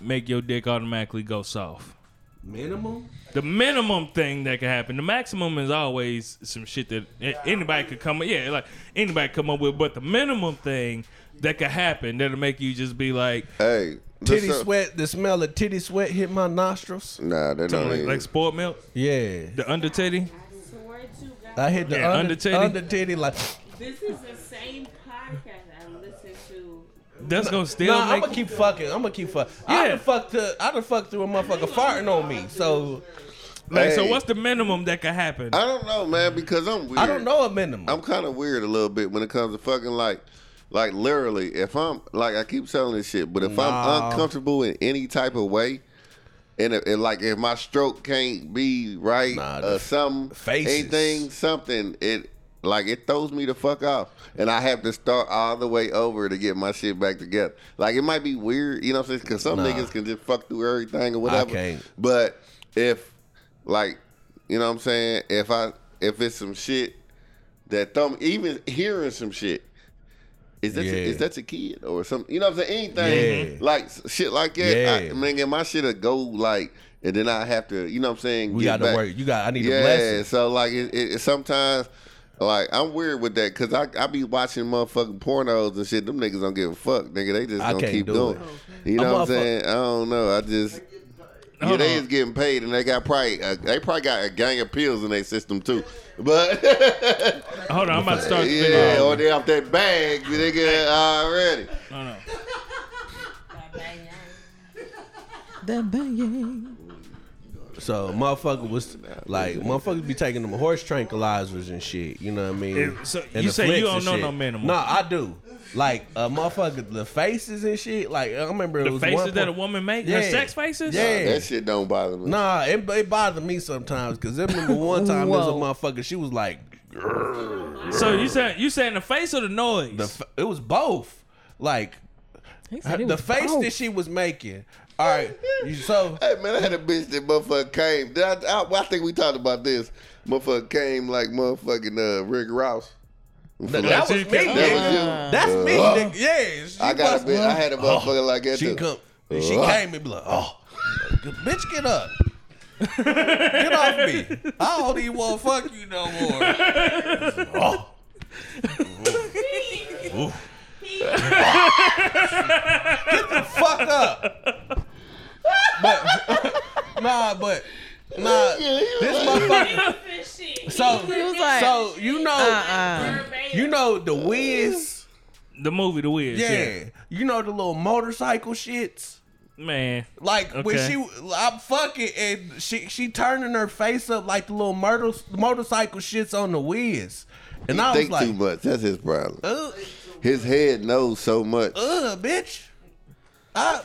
B: make your dick automatically go soft?
D: Minimum.
B: The minimum thing that could happen. The maximum is always some shit that a- anybody could come up. Yeah, like anybody could come up with. But the minimum thing that could happen that'll make you just be like,
A: Hey,
D: Titty
A: listen-
D: sweat. The smell of titty sweat hit my nostrils.
A: Nah, that don't
B: like,
A: even.
B: like sport milk,
D: Yeah.
B: the under titty.
I: Swear to God,
D: I hit the
B: Yeah,
D: under,
B: under titty.
D: Under titty like.
I: this is the same podcast I listened to.
B: That's gonna still
D: Nah, I'm
B: make
D: gonna keep fucking. I'm gonna keep fucking. I
B: Yeah.
D: done fucked. To, I done fucked through a motherfucker farting on me. So
B: like. So
A: Hey.
B: what's the minimum that could happen?
A: I don't know, man, because I'm weird.
D: I don't know a minimum.
A: I'm kind of weird a little bit when it comes to fucking like, like literally. If I'm like, I keep telling this shit, but if
D: Nah.
A: I'm uncomfortable in any type of way, and, if, and like if my stroke can't be right
D: Nah,
A: or
D: the
A: something,
D: faces.
A: anything, something, it Like it throws me the fuck off, and I have to start all the way over to get my shit back together. Like it might be weird, you know, what I'm saying? because some
D: Nah.
A: niggas can just fuck through everything or whatever.
D: can't.
A: But if, like, you know, what I'm saying, if I if it's some shit that thumb, even hearing some shit, is that
D: Yeah.
A: is that a kid or something? You know, what I'm saying anything
D: Yeah.
A: like s- shit like that. I,
D: Yeah.
A: man, my shit'll go like, and then I have to, you know, what I'm saying,
D: We
A: get
D: got to
A: back.
D: work. You got. I need
A: Yeah,
D: a blessing.
A: so like it, it, it sometimes, like I'm weird with that because I, I be watching motherfucking pornos and shit. Them niggas don't give a fuck, nigga. They just
D: I
A: gonna
D: can't
A: keep
D: do
A: doing.
D: it.
A: it. You know
D: I'm
A: what I'm saying? I don't know. I just. Yeah,
B: Hold
A: they
D: Uh-huh.
B: on.
A: is getting paid, and they got probably uh, they probably got a gang of pills in their system too. But
B: Hold on, I'm about to start the
A: yeah,
B: video.
D: Oh,
A: or they off that bag, nigga, already.
B: Hold on.
D: So motherfucker was like, motherfuckers be taking them horse tranquilizers and shit. You know what I mean?
B: It- so
D: And
B: you
D: the
B: say you
D: flicks
B: don't
D: and
B: know
D: shit.
B: no minimum.
D: No, I do. Like uh, motherfucker, the faces and shit. Like I remember it
B: The
D: was
B: faces
D: one
B: that a
D: point-
B: woman make, her
D: Yeah.
B: sex faces.
D: Yeah.
A: That shit don't bother me.
D: Nah, it, it bothered me sometimes because I remember one time there was a motherfucker. She was like,
B: So you said you saying the face or the noise?
D: the f- it was both. Like
H: He said
D: her-
H: it
D: the
H: was
D: face
H: both.
D: that she was making. All right, you- so
A: Hey man, I had a bitch that motherfucker came. Did I, I, I think we talked about this. Motherfucker came like motherfucking uh, Rick Ross.
D: th- that was me. nigga. That's me. nigga. Yeah, she
A: Uh, I got a
D: bust-
A: bitch. I had a motherfucker like that
D: Oh, She
A: too.
D: come. and She
A: Uh.
D: came and be like, oh, bitch, get up. get off me. I don't even want to fuck you no more. Oh. Oof. Get the fuck up. But, nah, but, nah, this motherfucker. So,
G: was like, uh-uh.
D: so you know, you know the whiz.
B: the movie, the weird.
D: Yeah.
B: Yeah,
D: You know the little motorcycle shits?
B: man.
D: Like when
B: Okay.
D: she I'm fucking and she she turning her face up like the little murder, motorcycle shits on the whiz. And I was
A: Think
D: like,
A: too much. That's his problem.
D: ugh,
A: His head knows so much.
D: ugh, uh, bitch. I,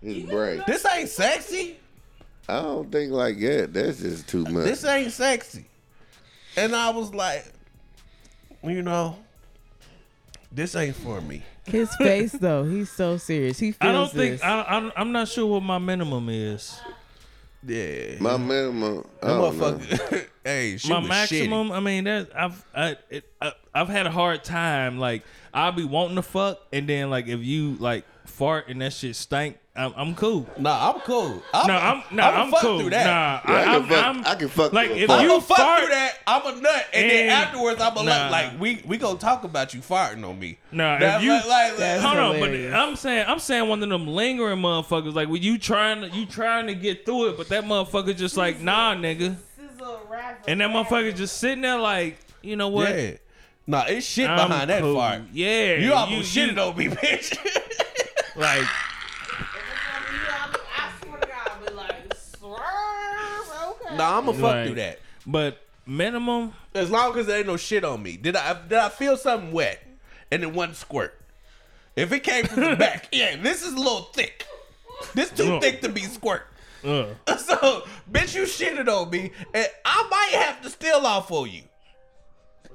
A: His brain.
D: this ain't sexy.
A: I don't think like that. That's just too much.
D: Uh, This ain't sexy. And I was like, you know, this ain't for me.
H: His face though, he's so serious. He feels
B: I don't
H: this.
B: think I, I I'm not sure what my minimum is.
D: Yeah.
A: My minimum. I
D: That
A: don't know.
D: motherfucker. hey, she
B: my
D: was
B: maximum. I mean, that I've I, it, I I've had a hard time. Like I'll be wanting to fuck, and then like if you like fart and that shit stank, I'm, I'm cool.
D: Shitty. Nah, I'm cool. I'm,
B: No, I'm no, I'm,
D: fuck
B: cool. Nah,
D: Through that.
A: Yeah, I
B: I,
A: can
B: I'm,
A: fuck-
B: I'm-
A: I can fuck
B: Like
A: with a
B: if
A: fart.
D: I'm
B: you
D: gonna fuck
B: fart,
D: through that. I'm a nut, and, then
B: And-
D: afterwards I'm a
B: Nah.
D: nut. like we we gonna talk about you farting on me.
B: Nah,
D: That-
B: if you-
D: like, like,
H: That's
B: Hold on, but
H: hilarious.
B: I'm saying I'm saying one of them lingering motherfuckers. Like when you trying to you trying to get through it, but that motherfucker just like nah, nigga, and that motherfucker just sitting there like you know what?
D: yeah. Nah, it's shit
B: I'm
D: behind that
B: cool.
D: fart.
B: Yeah,
D: You almost
B: you-
D: shitted on me, bitch.
B: Like
I: I swear to God, I'll be like, swerve, okay.
D: nah, I'm gonna fuck
B: Right.
D: through that.
B: But minimum,
D: As long as there ain't no shit on me. Did I did I feel something wet? And then one squirt. If it came from the back, yeah, this is a little thick. This too
B: Ugh.
D: thick to be squirt.
B: uh,
D: So, bitch, you shitted on me, and I might have to steal off on you.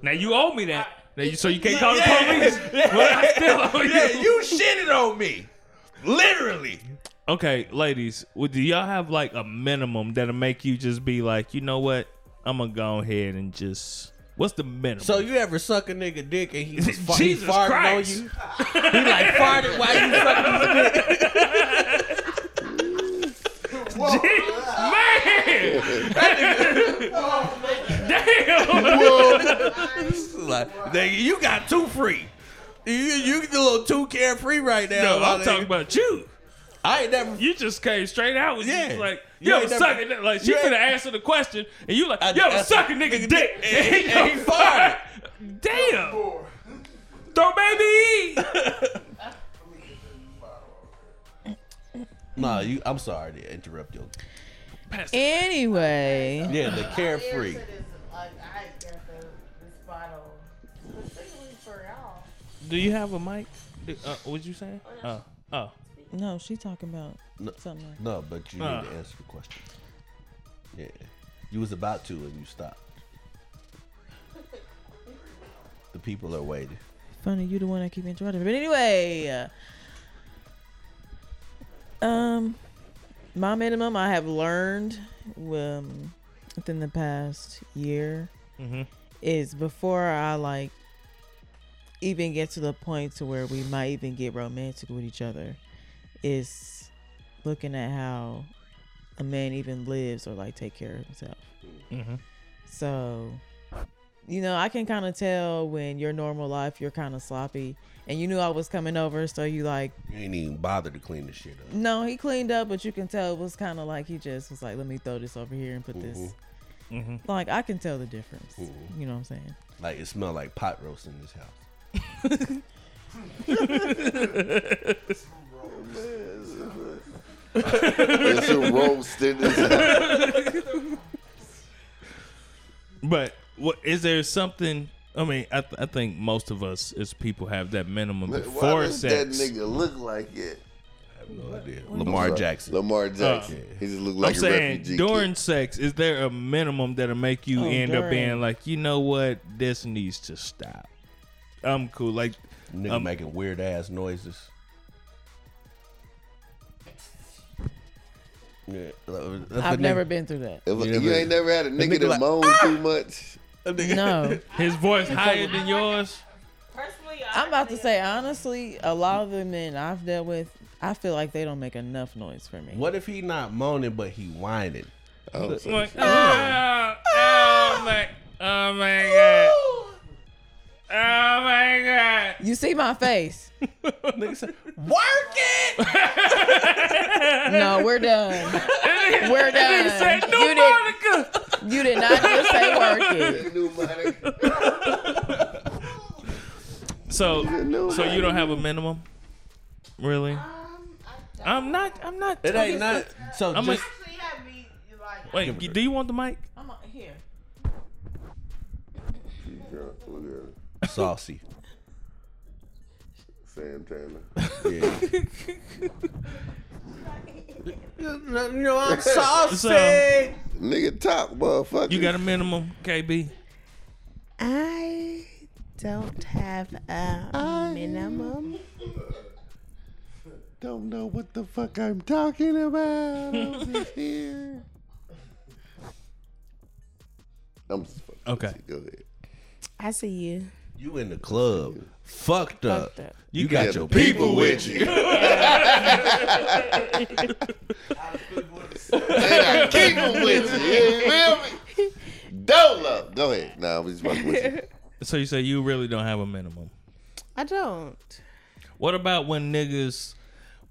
B: now you owe me that. Now you, so you can't call
D: Yeah.
B: the police. But I still owe you.
D: Yeah, you shitted on me. Literally.
B: Okay, ladies, would do y'all have like a minimum that'll make you just be like, you know what? I'm gonna go ahead and just. What's the minimum?
D: So you ever suck a nigga dick and he, was fa- he
B: Jesus
D: farted
B: Christ.
D: on you? He like farted while you sucking his dick.
B: Man, damn.
D: Like, nigga, you got too free. You you get a little too carefree right now.
B: No,
D: my
B: I'm
D: nigga.
B: talking about you.
D: I ain't never.
B: You just came straight out with
D: Yeah.
B: you like
D: You
B: you ever
D: ain't
B: suck
D: never-
B: it like she
D: you ain't-
B: finna answer the question and you like
D: I-
B: you ever
D: that's-
B: suck a nigga dick
D: and he-
B: gonna
D: and he fired.
B: fart. Damn. Throw baby. E.
D: Nah, you. I'm sorry to interrupt you.
H: Anyway,
D: Yeah, the carefree.
B: Do you have a mic? Do- Uh, what you saying? Oh, oh.
H: no, she talking about something. Like
D: No, but you
B: Uh.
D: need to answer the question. Yeah, you was about to and you stopped. people are waiting.
H: Funny, you the one I keep interrupting. But anyway, uh, um, my minimum I have learned um, within the past year
B: Mhm.
H: is before I like even get to the point to where we might even get romantic with each other is looking at how a man even lives or like take care of himself.
B: Mhm.
H: So, you know, I can kind of tell when your normal life you're kind of sloppy, and you knew I was coming over, so you like,
D: You ain't even bother to clean the shit up.
H: no, he cleaned up, but you can tell it was kind of like he just was like, let me throw this over here and put this.
B: Mhm.
H: Like I can tell the difference.
D: Mhm.
H: You know what I'm saying?
D: Like it smelled like pot roast in this house.
A: It's a roast in this house.
B: But what is there something? I mean, I, th- I think most of us as people have that minimum
A: Why
B: before
A: does
B: sex.
A: that nigga look like it?
D: I have no idea.
A: What-
D: Lamar
A: what-
D: Jackson.
A: Lamar Jackson.
B: Uh,
A: he just look like
B: I'm
A: a
B: saying
A: refugee.
B: during sex, is there a minimum that'll make you
H: Oh,
B: end up
H: during.
B: being like, you know what, this needs to stop. I'm cool. Like,
D: Nigga
B: Um,
D: making weird ass noises. Yeah,
H: I've never been through that.
A: kid. If-
D: You
A: you,
D: never-
A: ain't never had a
D: The
A: nigga, "Ah!"
D: nigga
A: that
D: like,
A: moan too much.
H: No,
B: his voice higher than yours.
I: Personally, I
H: I'm about to say honestly, a lot of the men I've dealt with, I feel like they don't make enough noise for me.
D: What if he not moaning but he whining?
A: Oh,
B: I'm
A: so-
B: like, oh, oh my, oh my god, oh my god.
H: You see my face?
D: Nigga say, "Work it."
H: No, we're done. We're
B: That
H: done.
B: nigga said,
H: You
B: "New
H: did-
B: Monica."
H: You did not just say work it.
A: New money.
B: So,
A: new
B: so you don't have a minimum, really?
I: Um,
B: I'm not. I'm not.
D: It ain't not. So
B: I'm
D: just,
I: Actually, have me like.
B: Wait, do you want the mic?
H: I'm here.
A: Girl, look at her.
D: saucy.
A: Sam Tanner.
D: Yeah. you know I'm saucy.
B: So-
A: nigga top motherfucker.
B: You got a minimum, KB?
C: I don't have a minimum.
A: don't know what the fuck I'm talking about over here. I'm just fucking with
B: Okay.
A: you. Go ahead.
C: I see you.
D: You in the club, fucked up.
H: Fucked up.
D: You, got
A: Yeah,
D: your
A: the
D: people.
A: with you. They got people with you. You feel me? Dolo. Go ahead. Nah, we just fucking with you.
B: So you say you really don't have a minimum.
C: I don't.
B: What about when niggas,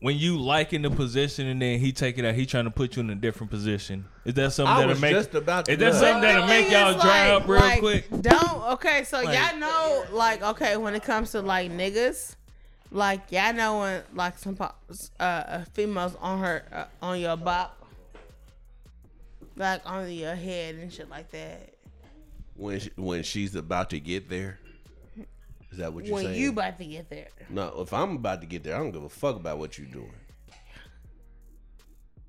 B: when you like in the position and then he take it out, he trying to put you in a different position? Is that something
D: I
B: that'll
D: was
B: make?
D: just about to
B: is that
D: look.
B: something that'll make y'all dry up real
C: like,
B: quick?
C: Don't okay, so
B: Like-
C: y'all know like okay when it comes to like niggas, like y'all know when like some po- uh, uh females on her uh, on your bop, like on your head and shit like that.
D: When she, when she's about to get there, is that what you
C: when
D: saying?
C: you about to get there,
D: no, if I'm about to get there, I don't give a fuck about what you doing.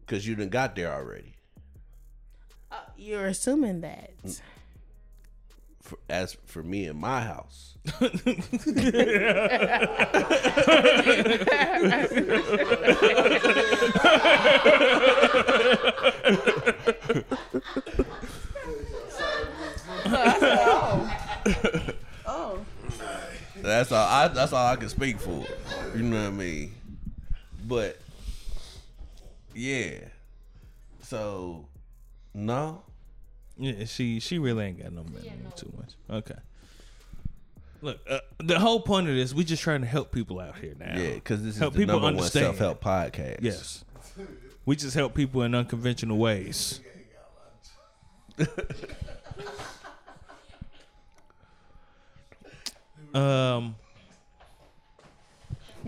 D: Cause you done got there already.
C: uh, you're assuming that.
D: For, as for me in my house, that's all. I, that's all I can speak for. You know what I mean? But yeah. So no,
B: Yeah, she she really ain't got no minimum too much. Okay. Look, uh, the whole point of this, we just trying to help people out here now.
D: yeah, because this is
B: Help
D: the
B: people
D: number
B: understand.
D: one self help podcast.
B: Yes. We just help people in unconventional ways. um.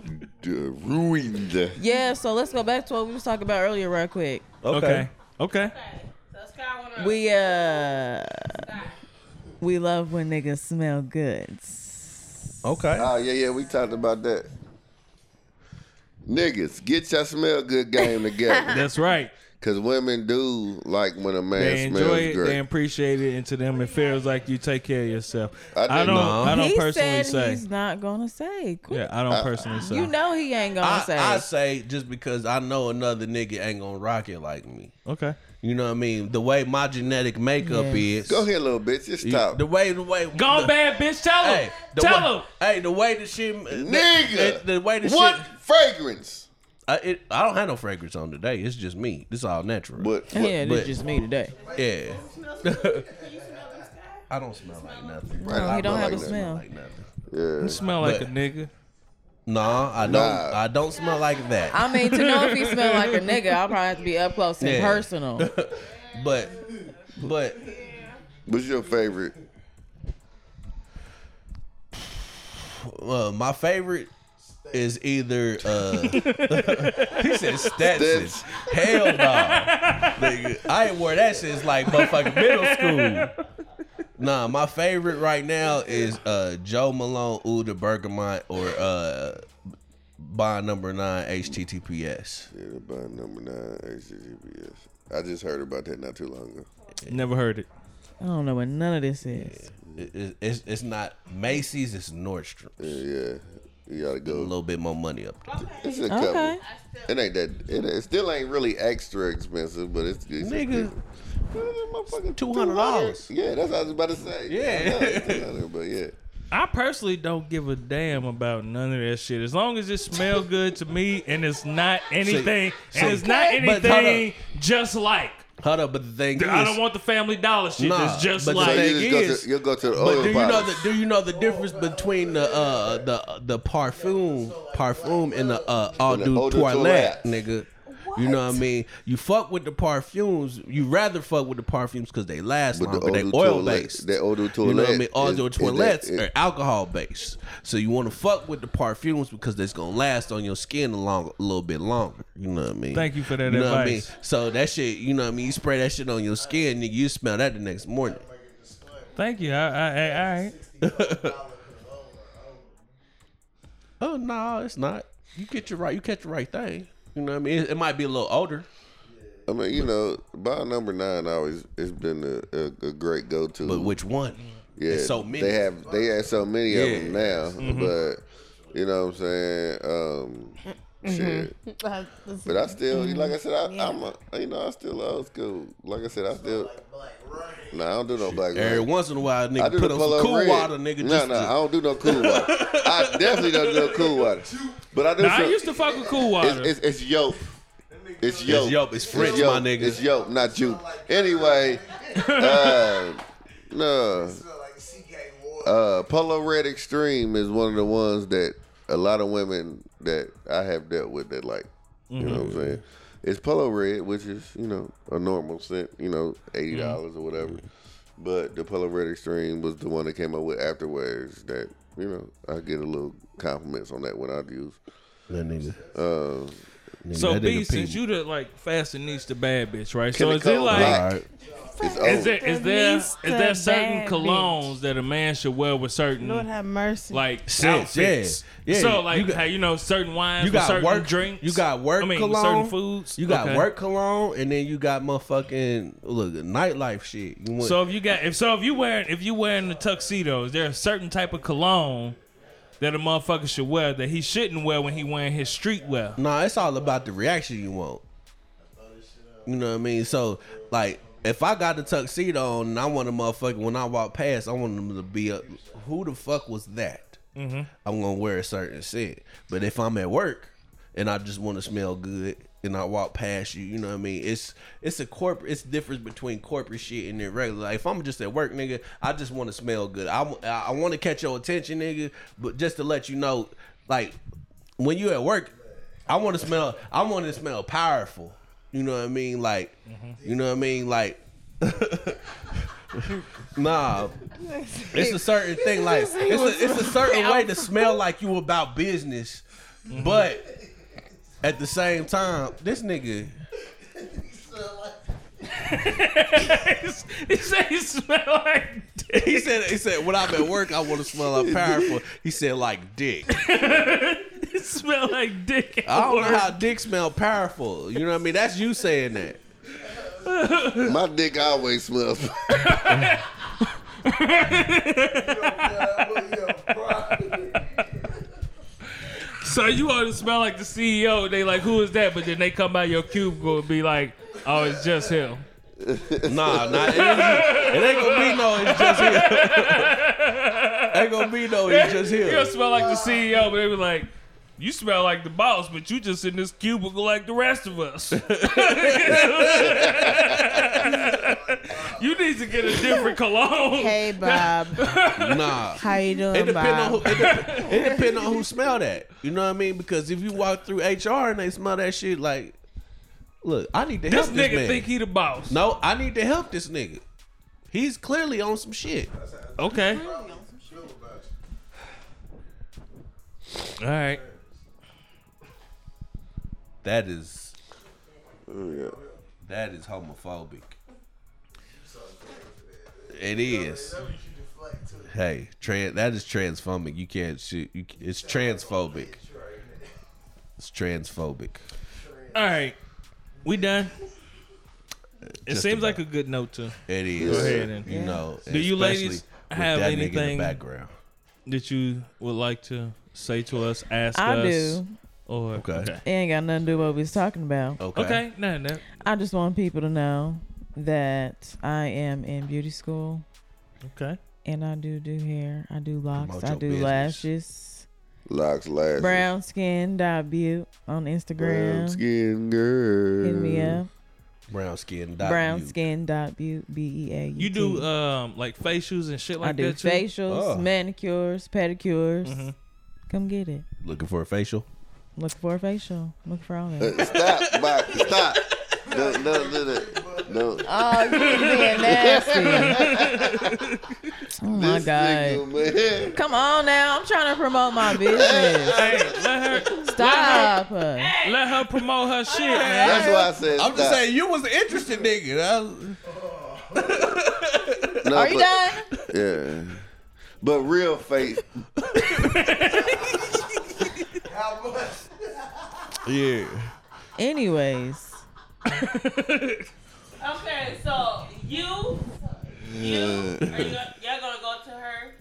A: Duh, Ruined.
H: Yeah, so let's go back to what we was talking about earlier, real quick.
B: Okay. Okay.
I: So Sky wanna.
H: We uh, we love when niggas smell good.
D: Okay.
A: Oh yeah, yeah, we talked about that. Niggas, get your smell good game together.
B: That's right.
A: Cause women do like when a man
B: They enjoy
A: smells
B: it,
A: great.
B: they appreciate it, and to them it feels like you take care of yourself.
A: I
B: I,
A: think-
B: don't.
A: No.
B: I don't
H: he
B: personally
H: said
B: say.
H: he's not gonna say. Quit.
B: Yeah, I don't personally say.
H: You know he ain't gonna
D: I,
H: say.
D: I say just because I know another nigga ain't gonna rock it like me.
B: Okay.
D: You know what I mean? The way my genetic makeup
H: Yeah.
D: is.
A: Go ahead, little bitch. Just stop.
D: The way, the way.
B: Go
D: the,
B: bad, bitch. Tell him.
D: Hey, the
B: Tell
D: way,
B: him.
D: Hey, the way the shit.
A: Nigga.
D: The, the way the
A: what
D: shit.
A: fragrance?
D: I, it, I don't have no fragrance on today. It's just me. This all natural.
A: But what,
H: yeah,
D: but-
H: it's just me today.
D: yeah. I don't smell like nothing.
A: No,
D: I
A: he don't
D: smell
A: have a
D: nothing.
H: smell.
D: Like nothing.
A: yeah.
B: You smell like
D: But-
B: a nigga.
D: Nah, I don't.
A: Nah.
D: I don't smell like that.
H: I mean, to know if he smell like a nigga, I'll probably have to be up close and
D: Yeah.
H: personal.
D: but, but
A: What's your favorite?
D: uh, my favorite is either. Uh, he said Stetson.
A: Stetson.
D: Hell no. Nigga, I ain't wore that since like motherfucking middle school. Nah, my favorite right now is uh, Joe Malone, Uda Bergamot, or uh, Bond Number Nine HTTPS.
A: Yeah, the button number nine HTTPS. I just heard about that not too long ago.
B: Never heard it.
H: I don't know what none of this is.
D: It- it- it's it's not Macy's, it's Nordstrom.
A: Yeah, yeah. You gotta
D: A
A: go.
D: little bit more money up. there.
A: It's a couple.
H: Okay.
A: It ain't that. It, it still ain't really extra expensive, but it's, it's
D: Nigga,
A: Motherfucking
D: $200.
A: Yeah, that's what I was about to say.
D: Yeah.
A: I know it's 200, but yeah.
B: I personally don't give a damn about none of that shit. As long as it smells good to me and it's not anything, and it's not
D: Okay, but hold
B: anything just like.
D: Hold up, but the thing is,
B: I don't want the Family Dollar shit.
D: Nah,
B: that's just
D: but
A: So
D: the
B: like
A: you just
D: thing
A: go
D: is-
A: to, you'll go to the
D: But
A: oil
D: do you know
A: palace.
D: the do you know the difference between the uh the the parfum parfum and the uh all
A: And the
D: du
A: eau de
D: toilette,
A: toilette.
D: nigga? You know what I mean? You fuck with the parfumes. You rather fuck with the parfumes because they last
A: But the
D: longer. they
A: eau de
D: oil
A: toilette-
D: based.
A: the eau de
D: You know what I
A: toilette
D: mean? All
A: is-
D: the
A: is that-
D: toilettes
A: it-
D: are alcohol based, so you want to fuck with the parfumes because it's gonna last on your skin a long a little bit longer. You know what I mean?
B: Thank you for that
D: You know what I mean?
B: advice.
D: So that shit, you know what I mean? You spray that shit on your skin, nigga. You smell that the next morning.
B: Thank you. I, I, I, all right.
D: Oh no, it's not. You get your right. You catch the right thing. You know what I mean? It, it might be a little older.
A: I mean, you know, by number nine always it's been a, a, a great go to.
D: But which one?
A: yeah,
D: It's so many. Mm-hmm.
A: They have they have so many
D: Yeah.
A: of them now. But you know what I'm saying? Um, shit.
C: Uh,
A: But I still, like I said, I, I'm a, you know, I still old school. Like I said, I still. Nah, I don't do no black.
D: Every
A: rain.
D: once in a while,
A: I
D: nigga
A: do
D: put
A: the
D: on
A: pull
D: some
A: up
D: cool
A: red.
D: water, nigga.
A: No,
D: just
A: no,
D: to-
A: I don't do no cool water. I definitely don't do no cool water. But I do.
B: Now, I
A: some-
B: used to fuck with Cool Water.
A: It's, it's, it's yope. It's yope.
D: yope. It's French, my
A: yope.
D: nigga.
A: It's yope, not you. Anyway, uh, no.
E: Smell like CK Ward.
A: Uh, Polo Red Extreme is one of the ones that a lot of women that I have dealt with that like. You know what I'm saying? It's Polo Red, which is you know a normal scent, you know, eighty dollars or whatever. But the Polo Red Extreme was the one that came up with afterwards that you know I get a little compliments on that when I use. Um,
D: That nigga. Nigga,
B: so,
D: that nigga
B: B,
D: peed.
B: since you the like fashionista bad bitch, right?
A: Can
B: So,
A: it
B: is it
A: come
B: like.
A: black?
D: Alright.
A: It's
B: Is
A: old.
B: there is there is
C: Fashionista
B: there certain
C: bad
B: colognes that a man should wear with certain
C: Lord have mercy.
B: like
D: Scents, yeah.
B: outfits?
D: Yeah,
B: So
D: you
B: like
D: got-
B: how you know certain wines,
D: You
B: with
D: got
B: certain
D: work
B: drinks,
D: You got work
B: I mean, with
D: cologne.
B: certain foods.
D: You got
B: Okay.
D: work cologne, and then you got motherfucking look nightlife shit. You want,
B: So if you got if so if you wearing if you wearing the tuxedo, is there a certain type of cologne that a motherfucker should wear that he shouldn't wear when he wearing his street wear?
D: Nah, it's all about the reaction you want. You know what I mean? So, like, if I got the tuxedo on and I want a motherfucker, when I walk past, I want them to be up. Who the fuck was that? I'm going to wear a certain scent. But if I'm at work and I just want to smell good and I walk past you, you know what I mean? It's it's a corporate, it's difference between corporate shit and then regular. Like, if I'm just at work, nigga, I just want to smell good. I, want to catch your attention, nigga, but just to let you know, like, when you at work, I want to smell. I want to smell powerful. You know what I mean? Like, you know what I mean? Like, nah. It's a certain thing. Like, it's a, it's a certain way to smell like you about business, but at the same time, this nigga.
B: he said he smell like
D: He said. He said when I'm at work, I want to smell like powerful. He said like dick.
B: he smell like dick.
D: I don't know how dick smell powerful. You know what I mean? That's you saying that.
A: My dick always smells.
B: So you ought to smell like the CEO. They like, who is that? But then they come by your cubicle and be like, oh, it's just him.
D: Nah, nah, it, ain't- it ain't gonna be no. It's just here. ain't gonna be no. It's just
B: He'll
D: here.
B: smell like the CEO, but they be like, you smell like the boss, but you just in this cubicle like the rest of us. you need to get a different cologne.
H: Hey, Bob.
D: Nah.
H: How you
D: It
H: doing,
D: depend on who.
H: Bob?
D: It depend, it depend on who smell that. You know what I mean? Because if you walk through HR and they smell that shit, like, look, I need to
B: This
D: help this
B: nigga
D: man.
B: think he the boss.
D: no, I need to help this nigga. He's clearly on some shit.
B: Okay. All right.
D: That is
A: yeah.
D: that is homophobic. It is. Hey, trans, that is transphobic. You can't shoot. You, c- it's transphobic. It's transphobic.
B: All right. We done. It
D: Just
B: seems
D: about.
B: like a good note to
D: It is.
B: Go ahead and-
D: you know.
B: Do you
D: especially
B: ladies
D: with
B: have
D: that nigga in the
B: anything-
D: background?
B: that you would like to say to us, ask
H: I
B: us,
H: do.
B: or
D: Okay.
H: It ain't got nothing to do with what we was talking about.
D: Okay.
B: Okay, no, no.
H: I just want people to know that I am in beauty school
B: Okay.
H: and I do do hair. I do locks.
D: Promote
H: I
D: your
H: do
D: business.
H: lashes.
A: Locks last.
H: Brown skin dot butte on
A: Brown
H: Instagram.
A: skin girl.
H: Hit me up.
D: Brown skin. dot
H: Brown
D: you.
H: skin dot butte. B E A U.
B: You
H: T.
B: do um like facials and shit like
H: I do
B: that too. Mm-hmm.
H: facials,
D: Oh.
H: manicures, pedicures. Come get it.
D: Looking for a facial.
H: Look for a facial. Look for all that.
A: Stop, Bob. Stop. No, no, no, no. no.
H: oh, you being nasty. oh my
A: This
H: god.
A: nigga, man.
H: Come on now. I'm trying to promote my business.
B: Hey, let her
H: Stop. Uh, her.
B: let her promote her shit, man.
A: That's why I said.
D: I'm just
A: stop.
D: saying you was an interesting nigga. That-
A: No,
H: Are you
A: but-
H: done?
A: Yeah. But real face,
D: yeah.
H: Anyways,
I: Okay, so you, you, are you y'all gonna go to her?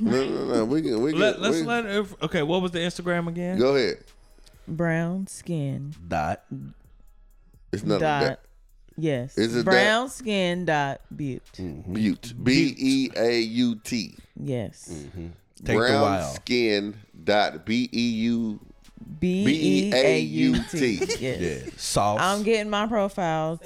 A: no, no, no. We can, we can.
B: Let, let's
A: we,
B: let her. Okay, what was the Instagram again?
A: Go ahead.
H: brown skin
D: Dot.
A: It's not
H: dot.
A: that.
H: Yes.
A: Is it
H: brown skin dot butte.
A: Butte. B E A U T.
H: Yes.
D: Take the
A: Brown
D: while.
A: skin dot B E U.
H: B E A U T. Yes.
D: Yeah. Sauce.
H: I'm getting my profiles,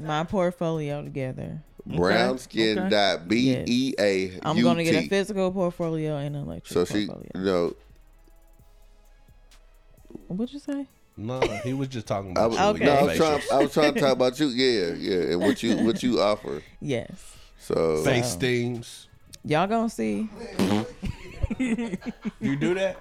H: my portfolio together.
A: Brown skin
B: okay.
A: dot B E A U T.
H: I'm gonna get a physical portfolio and an electric
A: So she,
H: portfolio.
A: no,
H: What'd you say?
D: no, he was just talking
A: I
D: about.
A: was,
D: you with
H: Okay.
A: no,
D: your
A: I was trying.
D: facials.
A: I was trying to talk about you. Yeah, yeah, and what you what you offer.
H: Yes.
A: So
D: Face steams.
H: Y'all gonna see.
D: You do that?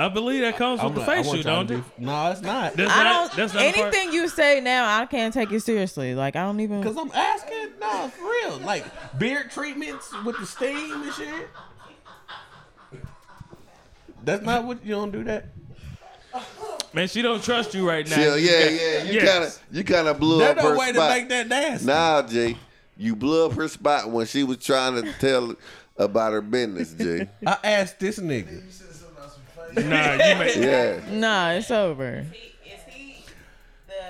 B: I believe that comes with the
D: like, I
B: facial,
D: want y'all
B: don't
D: to
B: it?
D: do- No, it's not.
B: That's
H: I
B: not-
H: don't.
B: that's not a part-
H: anything you say now, I can't take it seriously. Like I don't even.
D: Cause I'm asking, no, for real, like beard treatments with the steam and shit. That's not what you don't do that.
B: Man, she don't trust you right now.
A: yeah, yeah, yeah. You
B: Yes.
A: kind of you kind of blew
D: There's
A: up her
D: no way
A: spot.
D: to make that nasty.
A: Nah, Jay, you blew up her spot when she was trying to tell about her business, Jay.
D: I asked this nigga.
B: Nah, you may,
A: Yeah.
H: Nah, it's over.
I: He, is he?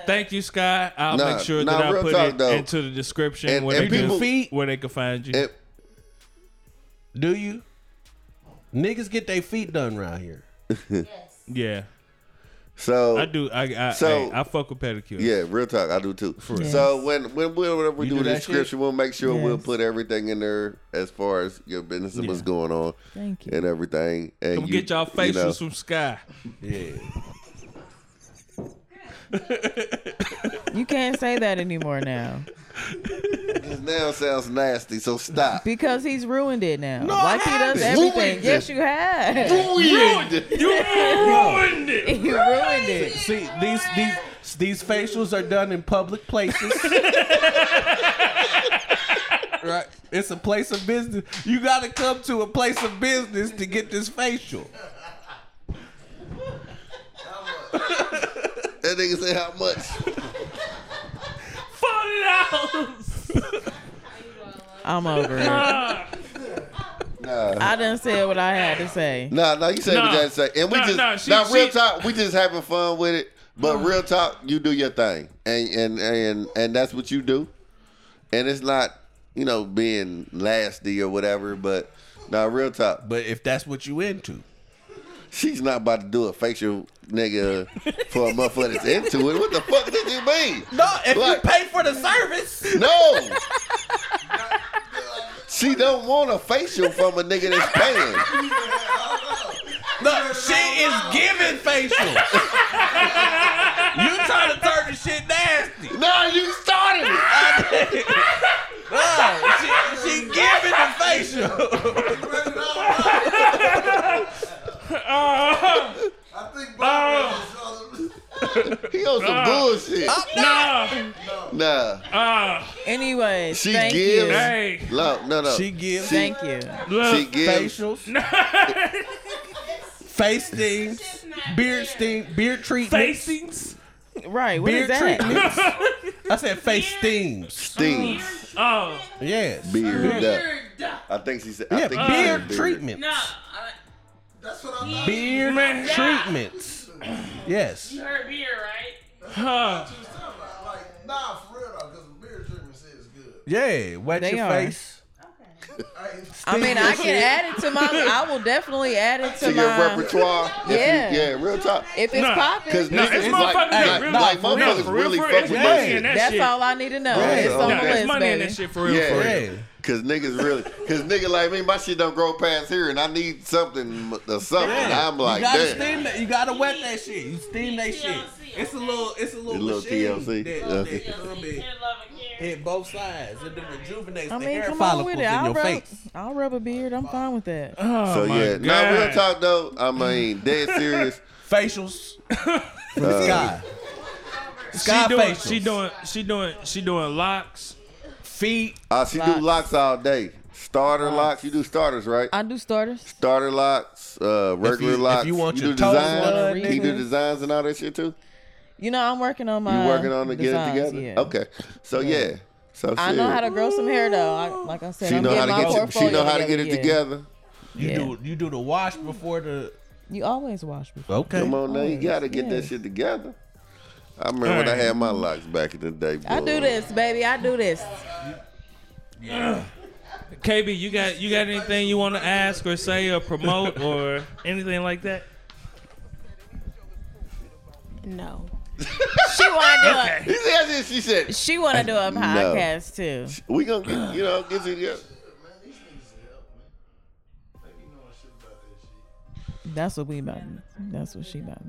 B: thank you, Sky. I'll
A: Nah,
B: make sure
A: nah,
B: that I
A: real
B: put
A: talk,
B: it
A: though.
B: into the description
A: And-
B: where,
A: and
B: they
A: people-
B: can, where they can find you.
A: And
D: Do you? Niggas get their feet done around here.
B: yeah,
A: so
B: I do. I I,
A: So-
B: I, I fuck with pedicure.
A: Yeah, real talk, I do too.
H: real.
A: So when when we, whenever we
D: You
A: do
D: do
A: the
D: that
A: description, we'll make sure we'll
H: Yes.
A: put everything in there as far as your business and what's going on
H: Thank you.
A: and everything. And
B: Come
A: you,
B: get y'all
A: you
B: facials
A: know.
B: from Sky.
D: Yeah.
H: You can't say that anymore now
A: This now sounds nasty, so stop.
H: because he's ruined it now.
D: I
H: like he does
D: haven't.
H: everything.
A: Ruined
H: Yes, you have.
A: Weird.
B: You ruined it.
H: you ruined it.
D: See, these these these facials are done in public places. right. It's a place of business. You gotta come to a place of business to get this facial.
A: That nigga say how much?
B: house.
H: I'm over it.
A: Nah.
H: I done said what I had to say.
A: Nah, nah, you say what
B: Nah.
A: you gotta say. And we
B: Nah,
A: just
B: nah, she-
A: now real
B: she- Mm.
A: talk, we just having fun with it. But real talk, you do your thing. And and and and that's what you do. And it's not, you know, being nasty or whatever, but now real talk.
D: But if that's what you into,
A: She's not about to do a facial nigga for a motherfucker that's into it. What the fuck did you mean?
D: no, if
A: Like-
D: you pay for the service,
A: No. She don't want a facial from a nigga that's paying.
D: no, she is giving facials. you trying to turn the shit nasty?
A: No, you started it.
D: No, she, she giving the facial.
E: I think both of us-
A: He on some bullshit.
B: nah,
A: Nah.
B: ah,
H: Anyway,
A: She
H: thank
A: gives-
H: you.
B: hey,
A: No, no, no.
D: She gives
H: Thank you.
B: look,
A: She gives.
D: facials, face things, beard sting, beard treatments,
B: facings.
H: Right, what is
D: beard
H: that?
D: treatments. I said face things.
A: Stings.
B: Oh,
D: Yes.
A: Beard up.
I: Duh.
A: I think she said. I
D: Yeah,
A: think she
D: beard
A: said
D: treatments.
I: No, I-
E: That's what I'm not.
D: Beard
B: Man.
D: treatments. Yes.
I: you heard beer, right?
B: huh.
E: She was talking about like, nah, for real though, because beard treatments is good.
D: Yeah, wet
H: They
D: your
H: are.
D: face.
E: Hey,
H: I mean, I can add it to my. I will definitely add it to,
A: To
H: my
A: your repertoire. if you-
H: Yeah.
A: yeah, real talk.
H: If it's
B: Nah.
A: Because
H: popping,
B: No,
A: niggas
B: it's
A: is
B: motherfuckers
A: like,
B: that
A: like,
B: really-
A: like
B: no,
A: motherfuckers
B: for real,
A: really
B: for real,
A: fuck
B: it's
A: with
B: money
A: that
B: in
A: shit.
B: that
H: that's
B: shit.
H: all I need to know.
A: Right.
H: It's
A: Nah,
H: on
B: Nah,
H: the
B: there's
H: list,
B: money in
H: baby.
B: that shit for real. For real.
A: Yeah,
D: real.
A: because niggas really, because nigga like me, my shit don't grow past here, and I need something or something. I'm like,
D: you gotta
A: damn.
D: steam that. You gotta wet that shit. You steam that shit.
I: TLC,
D: It's a little. It's a little,
A: A little
D: machine
A: TLC,
D: That,
A: okay.
D: that come in,
I: Can't love and care.
D: hit both sides. It rejuvenates
H: I
D: the
H: mean,
D: hair
H: come on
D: follicles
H: with
D: in
H: it. I'll
D: your
H: rub,
D: face.
H: I'll rub a beard. I'm fine with that.
B: Oh,
A: So
B: my
A: yeah,
B: God.
A: now real talk though. I mean, dead serious.
D: Facials. From the sky. Sky
B: She doing,
D: facials.
B: she doing, she doing, she doing locks.
D: feet.
A: Uh, she do
H: Locks.
A: locks all day. Starter locks. You do starters, right?
H: I do starters.
A: Starter locks, uh, regular
D: if you
A: locks.
D: want
A: you
D: your
A: do
D: toes
H: done,
A: designs. You do
H: nigga.
A: designs and all that shit too.
H: You know, I'm working on my.
A: You working on to get it
H: Uh, designs,
A: together?
H: yeah.
A: Okay. So yeah. So
H: I
A: shit.
H: know how to grow some hair though. I, like I said,
A: She
H: I'm
A: know how
H: getting
A: to
H: my
A: get it,
H: portfolio
A: she know how to get it
H: yeah.
A: together.
D: You
H: Yeah.
D: do. You do the wash before the.
H: You always wash before.
D: Okay.
A: Come on now, you
H: Always,
A: gotta get that
H: yes.
A: shit together. I remember when I
B: Alright.
A: had my locks back in the day.
H: I
A: boy.
H: do this, baby. I do this.
B: KB, you got you got anything you want to ask or say or promote or anything like that?
C: No.
H: She want to do
A: He
H: a,
A: said, that's it, she said,
H: She want to do a podcast too.
A: we gonna get, you know get you together.
H: That's what we about. To, do. that's what she about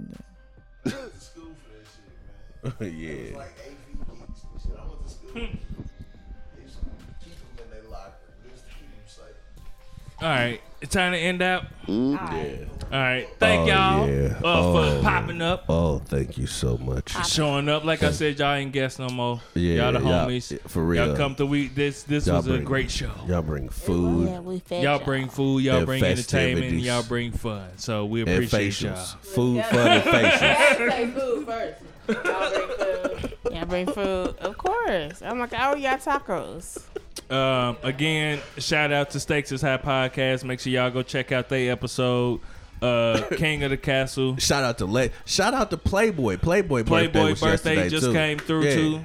H: to do.
D: yeah.
E: like AV geeks and shit. I went to school. they used to keep them in their locker just to keep them safe.
B: All right, it's time to end out.
D: Yeah.
B: All right, thank
D: Oh,
B: y'all
D: yeah.
B: uh,
D: Oh.
B: for popping up,
D: Oh, thank you so much.
B: showing up. Like I said, y'all ain't guests no more.
D: Yeah,
B: y'all the
D: y'all-
B: homies.
D: for real.
B: y'all come to we. This this
D: Y'all
B: was a
D: bring-
B: great show.
D: Y'all bring food
C: we fed
B: Y'all bring food, y'all
D: And
B: bring entertainment, and
D: festivities.
B: y'all bring fun. So we
D: and
B: appreciate y'all.
D: facials. Food, fun, and facials.
G: Say food first.
C: Y'all bring food, of course. I'm like, oh, y'all tacos.
B: Um, again, shout out to Stakes is High Podcast. Make sure y'all go check out their episode, uh, King of the Castle.
D: Shout out to Le- shout out to Playboy. Playboy,
B: Playboy
D: birthday, was
B: birthday
D: yesterday,
B: just
D: too.
B: came through
D: Yeah.
B: too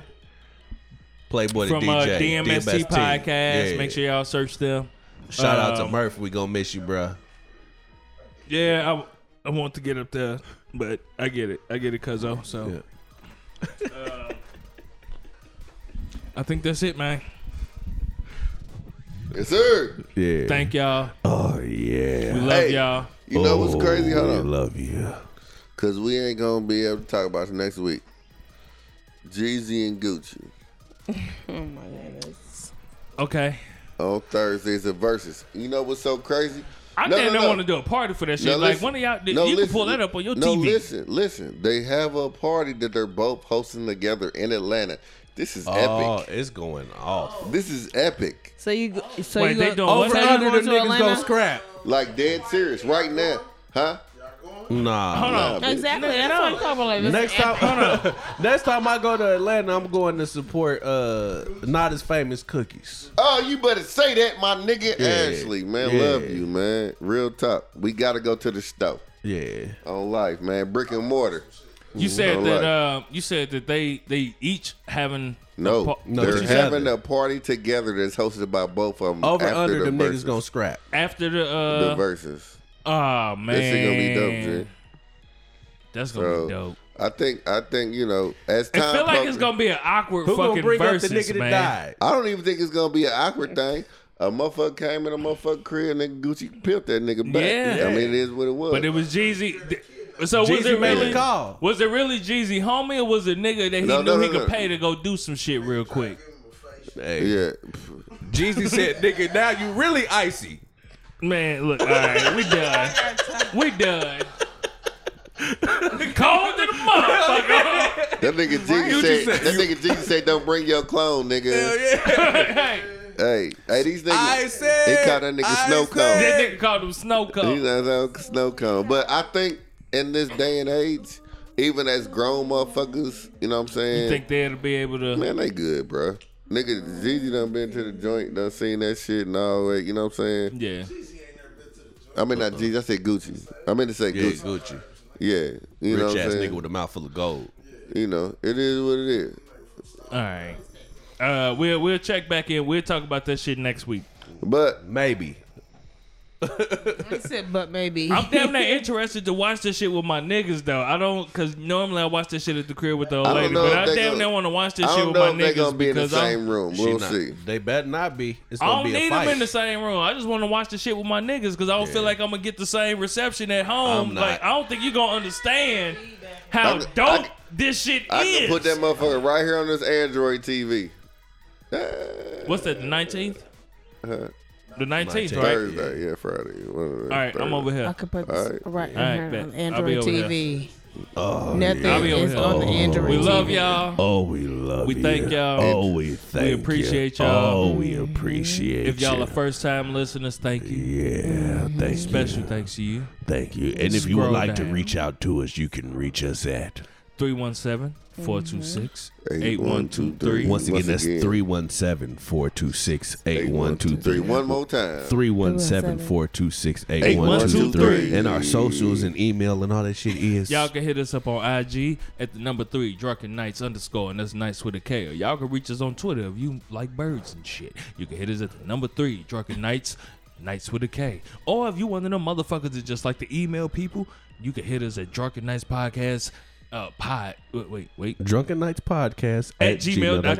D: Playboy
B: from
D: the
B: uh,
D: DJ,
B: DMST
D: DMST.
B: Podcast.
D: Yeah.
B: Make sure y'all search them.
D: shout out to
B: um,
D: Murph. We gonna miss you, bruh.
B: Yeah, I, I want to get up there, but I get it. I get it, cuzzo. So
D: Yeah.
B: Uh, I think that's it, man.
A: Yes, sir.
D: Yeah.
B: Thank y'all.
D: oh yeah. Oh,
B: We love
A: Hey.
B: y'all.
A: You know what's crazy? Hold on.
D: love you.
A: Cause we ain't gonna be able to talk about it next week. Jeezy and Gucci
C: Oh my goodness.
B: Okay.
A: on Thursdays at versus. You know what's so crazy?
B: I
A: No,
B: damn
A: no,
B: not
A: no.
B: want to do a party for that shit.
A: No,
B: like
A: listen.
B: one of y'all,
A: No,
B: you
A: listen.
B: can pull that up on your
A: no,
B: TV.
A: listen, listen. They have a party that they're both hosting together in Atlanta. This is
D: Oh,
A: epic.
D: it's going off.
A: This is epic.
H: So you, go- so
B: Wait,
H: you
B: they
H: go,
B: doing what?
H: so you
B: Under
H: going to Atlanta?
D: scrap.
A: Like dead serious right now, huh?
D: Nah.
J: Hold
B: Oh.
J: on.
H: Exactly. That's what I'm talking about. Like,
D: Next time, next time I go to Atlanta, I'm going to support uh, not as famous cookies.
A: Oh, you better say that, my nigga
D: Yeah.
A: Ashley, man.
D: Yeah.
A: Love you, man. Real top. We gotta go to the stove
D: Yeah,
A: on life, man. Brick and mortar.
B: You
A: On
B: said
A: life.
B: that uh, you said that they they each having a
A: no,
B: pa-
D: No,
A: they're
D: together.
A: having a party together that's hosted by both of them.
D: over
A: after
D: under
A: the
D: them
A: verses.
D: niggas gonna scrap.
B: after the
A: the
B: uh
A: verses.
B: oh man
A: This shit gonna be dope, G.
B: That's gonna
A: So,
B: be dope.
A: I think I think you know as
B: I
A: time.
B: feel like it's
A: progress-
B: gonna be an awkward
D: Who gonna
B: fucking
D: bring
B: versus,
D: up the nigga that
B: man.
D: died?
A: I don't even think it's gonna be an awkward thing. A motherfucker came in a motherfucker crib, nigga Gucci peeled that nigga back.
B: Yeah.
A: I mean it is what it was.
B: But it was Jeezy. th- So was
D: Jeezy
B: it
D: made
B: really
D: the call.
B: was it really Jeezy homie or was it nigga that he
A: No,
B: knew
A: no,
B: he
A: no, no.
B: could pay to go do some shit real quick?
D: Hey,
A: yeah,
D: Jeezy said, "Nigga, now you really icy."
B: Man, look, all right, we done, we done. Cold to the motherfucker.
A: that nigga Jiggy
D: you
A: said.
D: say-
A: That nigga Jiggy said, "Don't bring your clone, nigga."
D: Hell yeah.
B: hey,
A: Hey, hey, these niggas.
D: I said-
A: they call that nigga
D: I
A: snow
D: said-
B: that nigga called him snow
A: cone.
B: cone.
A: These niggas call snow cone. But I think in this day and age, even as grown motherfuckers, you know what I'm saying?
B: You think they'll be able to?
A: Man, they good, bro. Nigga, Gigi done been to the joint, done seen that shit and all that. You know what I'm saying?
B: Yeah,
A: I mean, not Gigi, I said Gucci. I meant to say
D: Yeah,
A: Gucci.
D: Gucci,
A: Yeah, you know what
D: rich ass
A: I'm
D: nigga
A: saying?
D: with a mouthful of gold.
A: You know, it is what it is.
B: all right. Uh, we'll we'll check back in. We'll talk about that shit next week.
A: But
D: Maybe.
C: He said, but maybe.
B: I'm damn near interested to watch this shit with my niggas though. I don't cause normally I watch this shit at the crib with the old
A: I don't
B: lady,
A: know
B: but
A: if
B: I
A: they
B: damn
A: gonna-
B: near want to watch this
A: I
B: shit
A: don't
B: with
A: know
B: my
A: if they
B: niggas
A: gonna be in the
B: because
A: same
B: I'm,
A: room.
D: She
A: We'll
D: not-
A: see.
D: They better not be. It's
B: I
D: gonna
B: don't
D: be a
B: need
D: fight.
B: them in the same room. I just want to watch the shit with my niggas because I don't feel like I'm gonna get the same reception at home.
D: I'm not.
B: Like I don't think you gonna understand how
A: I can-
B: dope
A: I can-
B: this shit
A: I
B: is.
A: can put that motherfucker right here on this Android TV. Ah,
B: What's that? The nineteenth. The nineteenth, right?
A: Uh-huh. Thursday, yeah, Friday. One of them
B: All right, I'm
A: Thursday.
B: over
C: I
B: here.
C: could put
A: All
C: this
A: right.
C: right, in
B: All right,
C: here
B: bet.
C: on
B: I'll be
C: Uh-huh. Android
B: over here.
C: TV.
A: Oh,
C: Nothing
B: I'll be over
C: is
B: here.
C: on the Android
B: We
C: TV.
B: love y'all.
D: Oh, we love
B: We
D: you.
B: thank y'all.
D: Oh, we thank you.
B: appreciate y'all.
D: Oh, we appreciate
B: If y'all
D: you.
B: are first time listeners, thank you.
D: yeah, thank
B: Special
D: you.
B: thanks to you.
D: Thank you. And if you would
B: Scroll
D: like to
B: down.
D: reach out to us, you can reach us at
B: 317 426
A: 8123.
B: 8123.
D: once again,
A: Once
D: that's
A: again.
D: 317 426
A: Three,
D: 8123.
A: one more time.
D: 317 426 8123. And our socials and email and all that shit is.
B: Y'all can hit us up on IG at the number three, Drunken Knights underscore, and that's Knights with a K. Or y'all can reach us on Twitter if you like birds and shit. You can hit us at the number three, Drunken Knights, Knights with a K. Or if you one of them motherfuckers that just like to email people, you can hit us at Drunken Knights Podcast, uh, pod, wait, wait, wait,
D: Drunken Nights Podcast
B: At
D: at,
B: gmail dot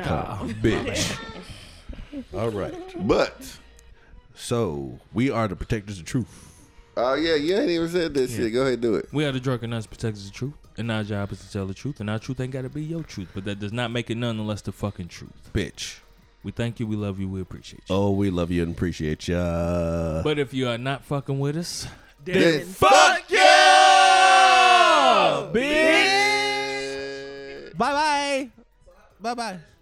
D: gmail.com. Bitch. all right.
A: But,
D: So, we are the protectors of truth.
A: oh, yeah, you ain't even said this shit. Go ahead and do it.
B: We are the drunken nuns protectors of the truth, and our job is to tell the truth, and our truth ain't gotta be your truth, but that does not make it none unless the fucking truth.
D: Bitch.
B: We thank you, we love you, we appreciate you.
D: Oh, we love you and appreciate ya.
B: But if you are not fucking with us,
A: Then
D: fuck ya,
B: bitch.
D: Bye bye. Bye bye.